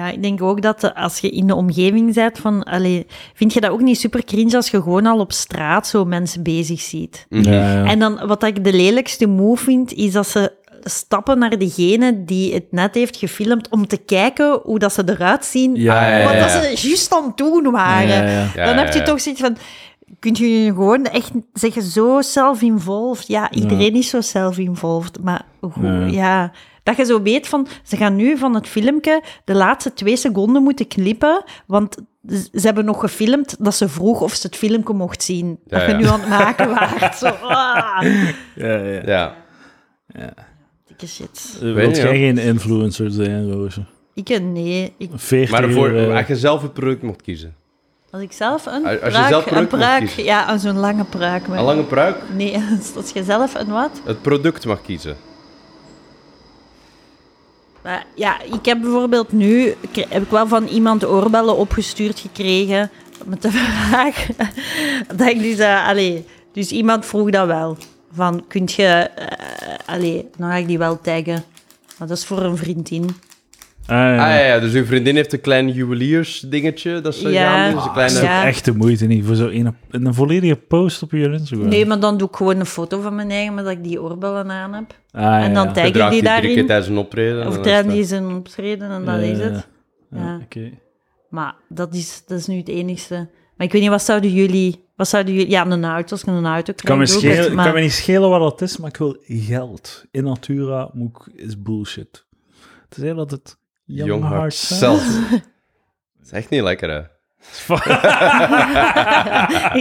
Ja, ik denk ook dat eh, als je in de omgeving bent van... Allee, vind je dat ook niet super cringe als je gewoon al op straat zo mensen bezig ziet?
Mm-hmm.
Ja, ja.
En dan, wat ik de lelijkste move vind, is dat ze stappen naar degene die het net heeft gefilmd om te kijken hoe dat ze eruit zien.
Ja, ja,
Wat
ja,
dat ze juist aan het doen waren.
Ja, ja, ja.
Ja,
dan
ja,
heb je
ja.
toch zoiets van... Kunt je gewoon echt zeggen, zo self-involved? Ja, iedereen is zo self-involved. Maar goed,
Ja.
ja. Dat je zo weet van, ze gaan nu van het filmpje de laatste twee seconden moeten knippen, want z- ze hebben nog gefilmd dat ze vroeg of ze het filmpje mocht zien.
Ja,
dat je
ja.
nu aan het
*laughs*
maken waart. Zo, ah.
Ja, ja.
Ja.
Dikke shit.
Eh,
Weet
Wilt
je
jij
wel.
geen influencer zijn, Roosje?
Ik, eh, nee. Ik,
40
Maar voor,
uur, eh,
als je zelf het product mocht kiezen.
als ik zelf een
Als- als je
pruik...
zelf
een
product moet
pruik,
kiezen.
ja, zo'n lange pruik. maar-
Een lange pruik,
Nee, *laughs* als, als je zelf een wat?
het product mag kiezen.
Maar ja, ik heb bijvoorbeeld nu k- heb ik wel van iemand oorbellen opgestuurd gekregen met *laughs* de vraag dat ik dus, eh, allee, dus iemand vroeg dat wel. Van, kunt je, eh, allee, dan ga ik die wel taggen. Maar dat is voor een vriendin.
ah, ja.
Ah ja, ja, dus uw vriendin heeft een klein juweliers-dingetje. Dat ze
Ja.
ja. Dus een
Dat is
kleine...
ook
Ja.
echt de moeite niet voor zo'n een, een volledige post op je Instagram.
Nee, maar dan doe ik gewoon een foto van mijn eigen, maar dat ik die oorbellen aan heb.
Ah, ja,
en dan
ja.
tag ik
Draagt
die
hij drie keer
daarin.
tijdens een optreden.
Of
en dan is
draai die
het-
zijn optreden en
Ja,
dat is
ja,
het.
Ja,
Ja.
oké.
Maar dat is, dat is nu het enigste. Maar ik weet niet, wat zouden jullie... Wat zouden jullie ja, een auto, als ik een auto krijg,
kan, me
doe ik
schelen,
het, maar-
kan me niet schelen wat dat is, maar ik wil geld. In natura moet ik- is bullshit. Het is heel dat het young,
Young
heart,
Heart
sound-
zelf. Dat is echt niet lekker, hè?
Is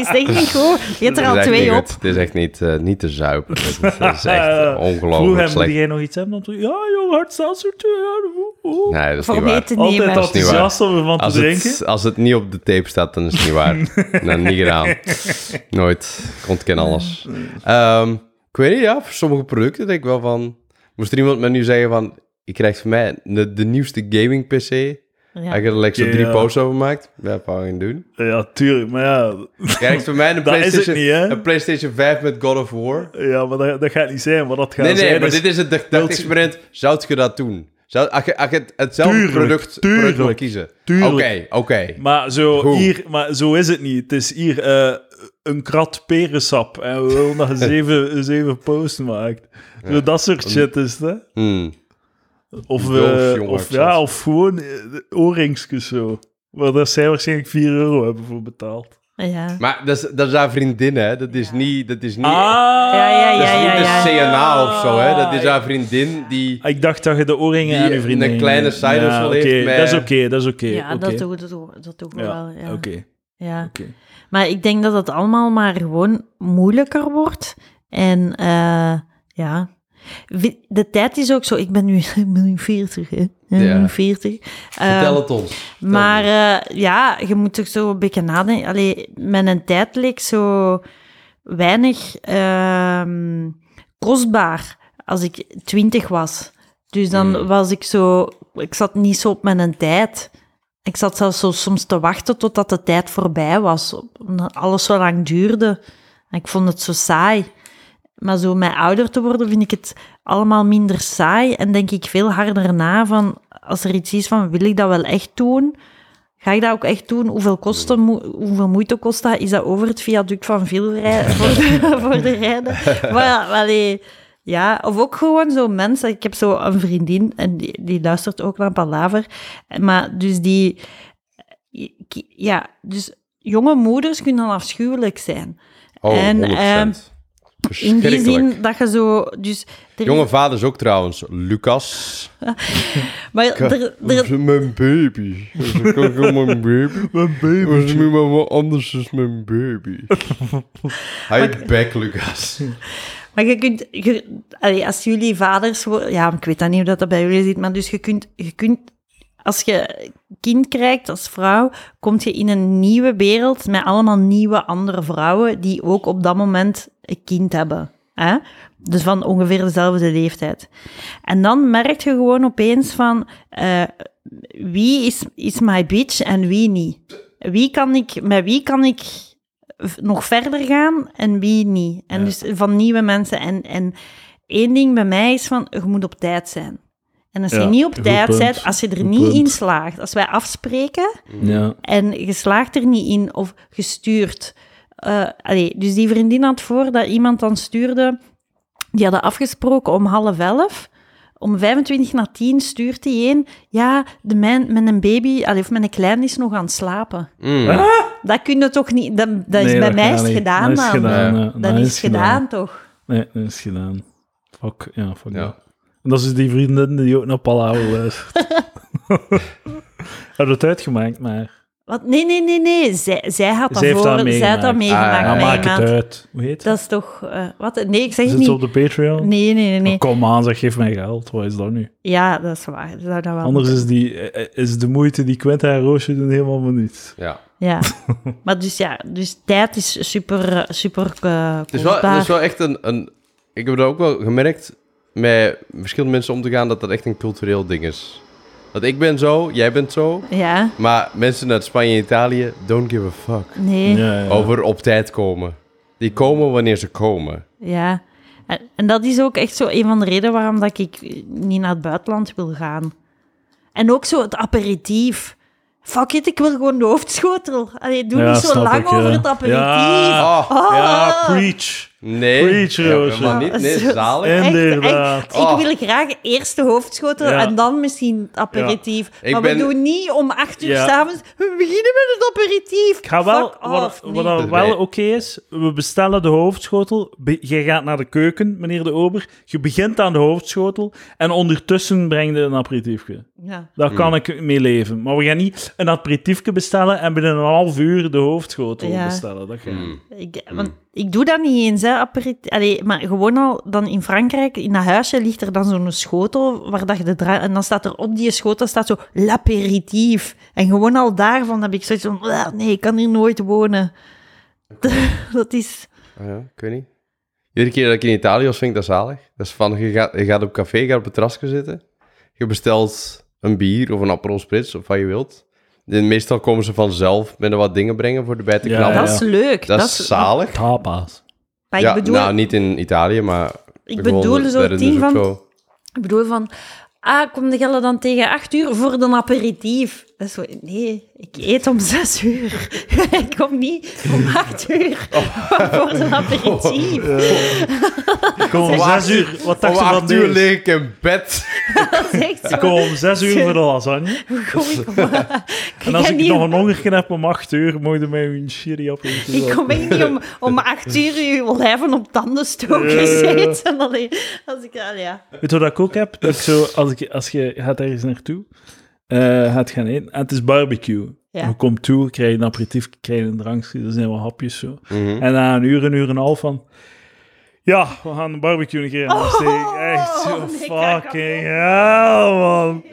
het echt niet
*laughs*
goed? Je hebt er
Het
al
is echt niet
twee op.
goed. Het is echt niet, eh, niet te zuipen. Het
*laughs*
*laughs*
is echt
Vroeg
ongelooflijk
hem, Eh, moet
slecht.
jij nog iets hebben? Dan doe je, ja, young heart sound soort, ja, oeh, oeh.
Nee, dat is
Voor
niet
mee
waar.
te
Altijd
nemen.
dat is niet
enthousiast om ervan te
Als
drinken.
het, als het niet op de tape staat, dan is het niet
*laughs*
waar. dan niet gedaan. Nooit. Ik ontken alles. Ehm, ik weet niet, ja. Voor sommige producten denk ik wel van... Moest er iemand me nu zeggen van... Je krijgt van mij de, de nieuwste gaming PC.
Ja.
Als je er like, zo
Ja.
drie posts over maakt, dat gaan we geen doen.
Ja, tuurlijk, maar ja,
Je krijgt van mij
*laughs*
een
Dat is het
PlayStation,
niet, hè?
een PlayStation 5 met God of War.
ja, maar dat, dat gaat niet zijn. Wat dat gaat
Nee,
zijn
nee, maar
is-
dit is het gedachte-experiment. Zou je dat doen? Zou, als je, als je het- hetzelfde
Tuurlijk,
product,
tuurlijk,
product wil kiezen?
tuurlijk.
Oké, oké.
Maar zo,
Hoe?
hier, maar zo is het niet. Het is hier eh, een krat perensap. En we willen dat
*laughs*
je zeven, zeven posts maakt. Zo, dat soort shit is het, hè.
Hmm.
Of,
Dolf,
eh,
jongen,
of,
ik zeg.
ja, of gewoon eh, oorringsjes zo. Waar dat zij waarschijnlijk 4 euro hebben voor betaald.
Ja.
Maar dat is, dat is haar vriendin, hè? Dat is niet... Dat is niet,
Ah!
Ja, ja,
dat is
Ah, ja,
niet
ja, ja.
de CNA of zo, hè? Dat is haar vriendin die...
Ah, Ik dacht dat je de oorringen
Die
aan je vriendin...
een kleine
ging.
side
ja,
hustle heeft
oké,
met-
Dat is oké, dat is oké.
Ja,
oké.
dat doe ik dat doe, ik- dat doe ik wel. Ja.
Ja, oké,
Ja.
oké.
Maar ik denk dat het allemaal maar gewoon moeilijker wordt. En eh, ja, Vi- de tijd is ook zo. Ik ben nu, *laughs* ik ben nu 40, hè. Ik ben
Ja.
nu 40.
Vertel
Ehm,
het ons.
Maar eh, ja, je moet toch zo een beetje nadenken. Allee, met een tijd leek zo weinig ehm, kostbaar als ik twintig was. Dus dan
Mm.
was ik zo... Ik zat niet zo op mijn tijd. Ik zat zelfs zo soms te wachten totdat de tijd voorbij was. Omdat alles zo lang duurde. En ik vond het zo saai. Maar zo met ouder te worden vind ik het allemaal minder saai. En denk ik veel harder na van... Als er iets is van, wil ik dat wel echt doen? Ga ik dat ook echt doen? Hoeveel, kosten, moe- hoeveel moeite kost dat? Is dat over het viaduct van Viel rijden, *laughs* voor, de, voor de rijden? Maar ja, allee, ja, of ook gewoon zo mensen. Ik heb zo een vriendin, en die, die luistert ook naar Palaver. Maar dus die... Ja, dus jonge moeders kunnen afschuwelijk zijn.
Oh,
en,
100%.
In die
Verschrikkelijk.
zin dat je zo... Dus, er-
Jonge vaders ook trouwens. Lucas.
maar er,
Dat
er,
is mijn baby. Dat is ook *laughs* mijn baby.
Mijn
Dat is nu maar wat anders is mijn *laughs* baby. Hij back, *laughs* Lucas.
maar je kunt... je- allee, als jullie vaders worden... Ja, ik weet dan niet hoe dat, dat bij jullie zit, maar dus je kunt... Je kunt als je kind krijgt als vrouw, kom je in een nieuwe wereld met allemaal nieuwe andere vrouwen die ook op dat moment een kind hebben. Hè? Dus van ongeveer dezelfde leeftijd. En dan merk je gewoon opeens van eh, wie is, is my bitch en wie niet. Wie kan ik, met wie kan ik v- nog verder gaan en wie niet. En dus van nieuwe mensen. En, en één ding bij mij is van, je moet op tijd zijn. En als je
Ja,
niet op
goed
tijd
punt.
bent, als je er
Goed
niet
punt.
in slaagt, als wij afspreken
Ja.
en je slaagt er niet in of gestuurd. allee, dus die vriendin had voor dat iemand dan stuurde, die hadden afgesproken om half elf. Om 25 na 10 stuurt hij een, ja, de mijn, met een baby, allee, of met een klein is nog aan het slapen.
Mm,
Dat kun je toch niet, dat, dat is
Nee,
bij mij
gaat
is
niet.
het gedaan
Dat is
dan.
gedaan,
Ja.
ja.
Dat is gedaan, toch?
Nee, dat is gedaan. Fuck, ja, fuck
Ja.
dat. En dat is dus die vriendin die ook naar Palau
*laughs*
luistert. *laughs* Heb je het uitgemaakt, maar...
Want, nee, nee, nee, nee. Zij, zij had dat
Zij heeft
voor,
dat
zij had dat
meegemaakt.
meegemaakt.
Ah,
Ja,
bij
maak het
iemand.
uit. Hoe heet dat?
Dat is toch... eh, wat? Nee, ik zeg
Zit
niet...
ze op de Patreon?
Nee, nee, nee. nee.
Oh, kom aan, zeg, geef mij geld. Wat is dat nu?
Ja, dat is waar. Dat zou dat wel
Anders is, die, eh, is de moeite die Quentin en Roosje doen helemaal voor niets.
Ja.
*laughs*
Ja. maar dus ja, dus tijd is super, eh, super eh,
Het is wel,
kostbaar.
het is wel echt een, een... Ik heb dat ook wel gemerkt, met verschillende mensen om te gaan, dat dat echt een cultureel ding is. Dat ik ben zo, jij bent zo.
Ja,
Maar mensen uit Spanje en Italië, don't give a fuck.
nee, ja.
Ja, ja.
Over op tijd komen. Die komen wanneer ze komen.
En, en dat is ook echt zo een van de redenen waarom dat ik eh, niet naar het buitenland wil gaan. En ook zo het aperitief. Fuck it, ik wil gewoon de hoofdschotel. Allee, doe
Ja,
niet zo
snap
lang
ik, ja.
over het aperitief.
Ja.
Oh,
Ja, preach.
nee.
Preach,
Ja,
Roosje.
helemaal niet. Nee,
Ah, Zo-
zalig.
Echt, echt.
Inderdaad.
Ik
Oh.
wil graag eerst de hoofdschotel
Ja.
en dan misschien het aperitief.
Ik
Maar
ben-
we doen niet om acht uur
Ja.
s'avonds. We beginnen met het aperitief.
Ik ga wel,
Fuck
wat,
off,
wat
nee.
dan
Nee.
wel oké is, we bestellen de hoofdschotel. Be- jij gaat naar de keuken, meneer de Ober. Je begint aan de hoofdschotel en ondertussen breng je een aperitiefje.
Ja.
Daar
Hmm.
kan ik mee leven. Maar we gaan niet een aperitiefje bestellen en binnen een half uur de hoofdschotel
Ja.
bestellen. Dat
Hmm.
gaat niet.
Ik, want ik doe dat niet eens, hè, aperitief. Allee, maar gewoon al dan in Frankrijk, in dat huisje ligt er dan zo'n schotel waar dat je de dra- En dan staat er op die schotel staat zo l'aperitief. En gewoon al daarvan heb ik zoiets van, "Ah, nee, ik kan hier nooit wonen. *laughs* Dat is...
Ah ja, ik weet niet. Iedere keer dat ik in Italië was, vind ik dat zalig. Dat is van, je gaat, je gaat op café, je gaat op het terrasje zitten. Je bestelt een bier of een Aperol Spritz of wat je wilt. En meestal komen ze vanzelf met wat dingen brengen voor erbij te
Ja,
knallen.
ja.
Dat is leuk.
Dat is zalig. *laughs*
Tapas.
Maar
ja,
ik bedoel,
nou, niet in Italië, maar...
ik bedoel zo het team van...
dus Zo.
Ik bedoel van, ah, kom de gellen dan tegen acht uur voor de aperitief? Dat is zo, nee, ik eet om zes uur. *laughs* ik kom niet om acht uur
Oh.
*laughs* voor de aperitief.
*laughs*
Kom om
acht
zes uur.
uur-
Wat
Om
dacht je van
acht uur
deze?
lig ik in bed.
Dat is echt zo.
Ik kom om zes uur voor de lasagne.
Kom *laughs*
*laughs*
ik, om- ik,
En als
ga
ik
niet
nog
om-
een hongerken heb om acht uur, mogen mij een shitty aperitief
ik kom echt niet om, om acht uur uw lijven op tandenstoker
Ja.
zitten. Allee, als ik, allee, ja.
Weet je wat ik ook heb? Dat ik zo, als, ik, als je gaat ergens naartoe, eh, gaat gaan eten, en het is barbecue.
Ja.
Je komt toe, krijg je een aperitief, krijg je een drankje, er zijn wel hapjes zo.
Mhm. Hm.
En na een uur, een uur en een half van... Ja, we gaan de barbecue een keer aan Echt zo
Oh, nee, kijk,
fucking hell, man.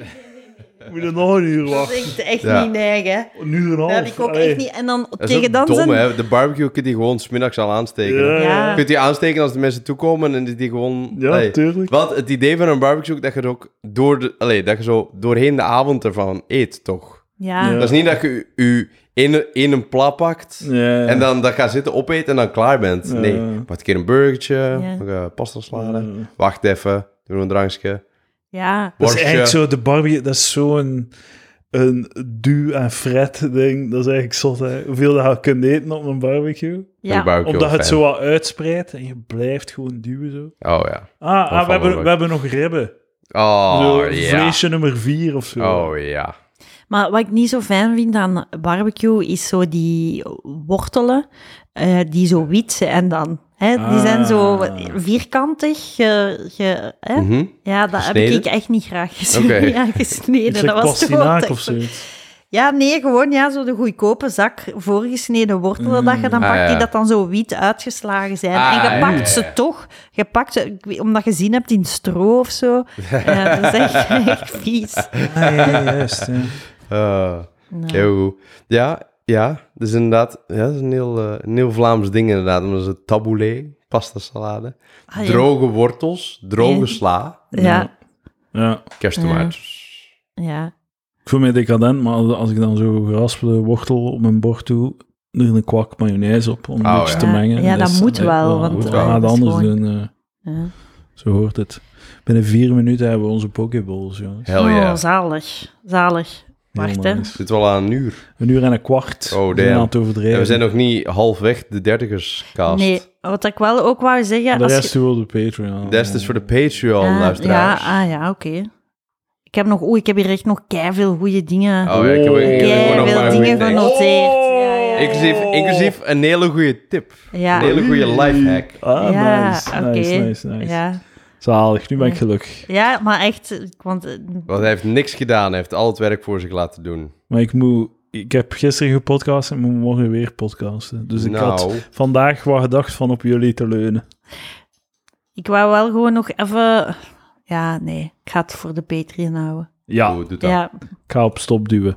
We moeten nog een uur
Dat
wachten.
is echt, echt
Ja.
niet neigen.
Een uur en een half.
Dat heb ik ook
allee.
echt niet. En dan
Dat is
tegen
ook
dan
dom,
zijn...
hè. De barbecue kun je gewoon smiddags al aansteken.
Ja,
Ja.
ja.
Je kunt die aansteken als de mensen toekomen en die- die gewoon...
Ja,
Allee.
tuurlijk.
Want het idee van een barbecue, dat je er ook door de, allee, dat je zo doorheen de avond ervan eet, toch?
Ja.
Ja.
Dat is niet dat je je in, in een pla pakt
Ja.
en dan dat gaat zitten opeten en dan klaar bent.
Ja.
Nee, wat een keer een burgertje,
Ja.
nog, eh, pasta sladen.
Ja.
Wacht even, doen we een drankje.
ja.
Dat is
Worstje.
eigenlijk zo, de Barbie, dat is zo'n een du- en fret ding. Dat is eigenlijk zot, hè. Hoeveel dat je kunt eten op een barbecue.
Ik ben
ja.
barbecue
Omdat het
fan.
zo wat uitspreidt en je blijft gewoon duwen zo.
Oh ja.
Ah, ah,
valt
we, hebben,
wel.
we hebben nog ribben.
Oh
zo,
ja.
Vleesje nummer vier of zo.
Oh ja.
Maar wat ik niet zo fijn vind aan barbecue is zo die wortelen eh, die zo wit zijn en dan. Hè, Die zijn zo
Ah.
vierkantig. ge- ge- hè?
Mhm.
Ja, dat heb
Gesneden?
ik echt niet graag gezien. *laughs*
Oké.
Ja, gesneden.
Iets like
Dat was te
pastinaak
groot.
of
*laughs*
zoiets.
Ja, nee, gewoon ja, zo de goedkope zak voorgesneden wortelen dat je dan
Ah,
pakt,
ja.
die dat dan zo wit uitgeslagen zijn. en
Ah,
je
ja,
pakt
ja, ja.
ze toch. Je pakt ze, ik weet- omdat je zin hebt in stro of
*laughs*
zo. Ja, dat is echt, echt vies.
Ja, ja, juist. Ja.
Eh,
Nou.
heel goed. Ja, ja, dus inderdaad, ja, dat is een heel, eh, een heel Vlaams ding inderdaad. omdat ze taboulé, pasta salade,
Ah, ja.
droge wortels, droge
Ja.
sla,
Ja,
Ja.
kersttomaatjes.
ja.
Ik voel me decadent, maar als- als ik dan zo geraspelde wortel op mijn bord doe, er een kwak mayonaise op om
Oh,
niks
ja.
te mengen.
Ja, dat moet wel,
ja,
want,
moet
eh,
wel. Ga het
dat is
anders
gewoon-
doen. eh,
ja.
zo hoort het. Binnen vier minuten hebben we onze pokeballs, jongens.
Hell yeah.
Oh, zalig. Zalig. Wacht, hè.
nice.
Zit wel aan een uur.
Een uur en een kwart.
Oh,
We zijn
damn.
aan het overdrijven.
En we zijn nog niet halfweg de dertigerscast.
Nee, wat ik wel ook wou zeggen...
de
Als
rest
je,
doen we op de Patreon.
Dat is dus voor de Patreon,
Ah,
luisteraars.
ja, ah, ja, oké. Ik heb nog... Oeh, ik heb hier echt nog veel goede dingen...
Oh ja, ik heb, ik heb
Jij
gewoon nog
wil
maar een
dingen
weekday.
genoteerd. Ja, ja.
Inclusief,
Oh.
inclusief een hele goede tip.
ja.
Een hele goede lifehack.
Ah,
Ja,
nice,
oké.
nice, nice, nice.
Ja.
Zalig, nu ben ik
Ja.
gelukkig.
ja, maar echt, ik- want eh,
Want hij heeft niks gedaan. Hij heeft al het werk voor zich laten doen.
Maar ik moet... Ik heb gisteren gepodcast en moet morgen weer podcasten. Dus ik
nou,
had vandaag wel gedacht van op jullie te leunen.
ik wou wel gewoon nog even. Ja, nee, ik ga het voor de Patreon houden.
Ja,
hoe doet dat?
Ja,
ik ga op stop duwen.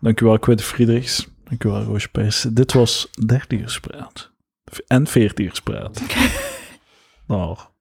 Dankjewel, Quint Friedrichs. Dankjewel, Roosje Pers.
*laughs*
Dit was 30 uur praat. En 40 uur praat. Nou,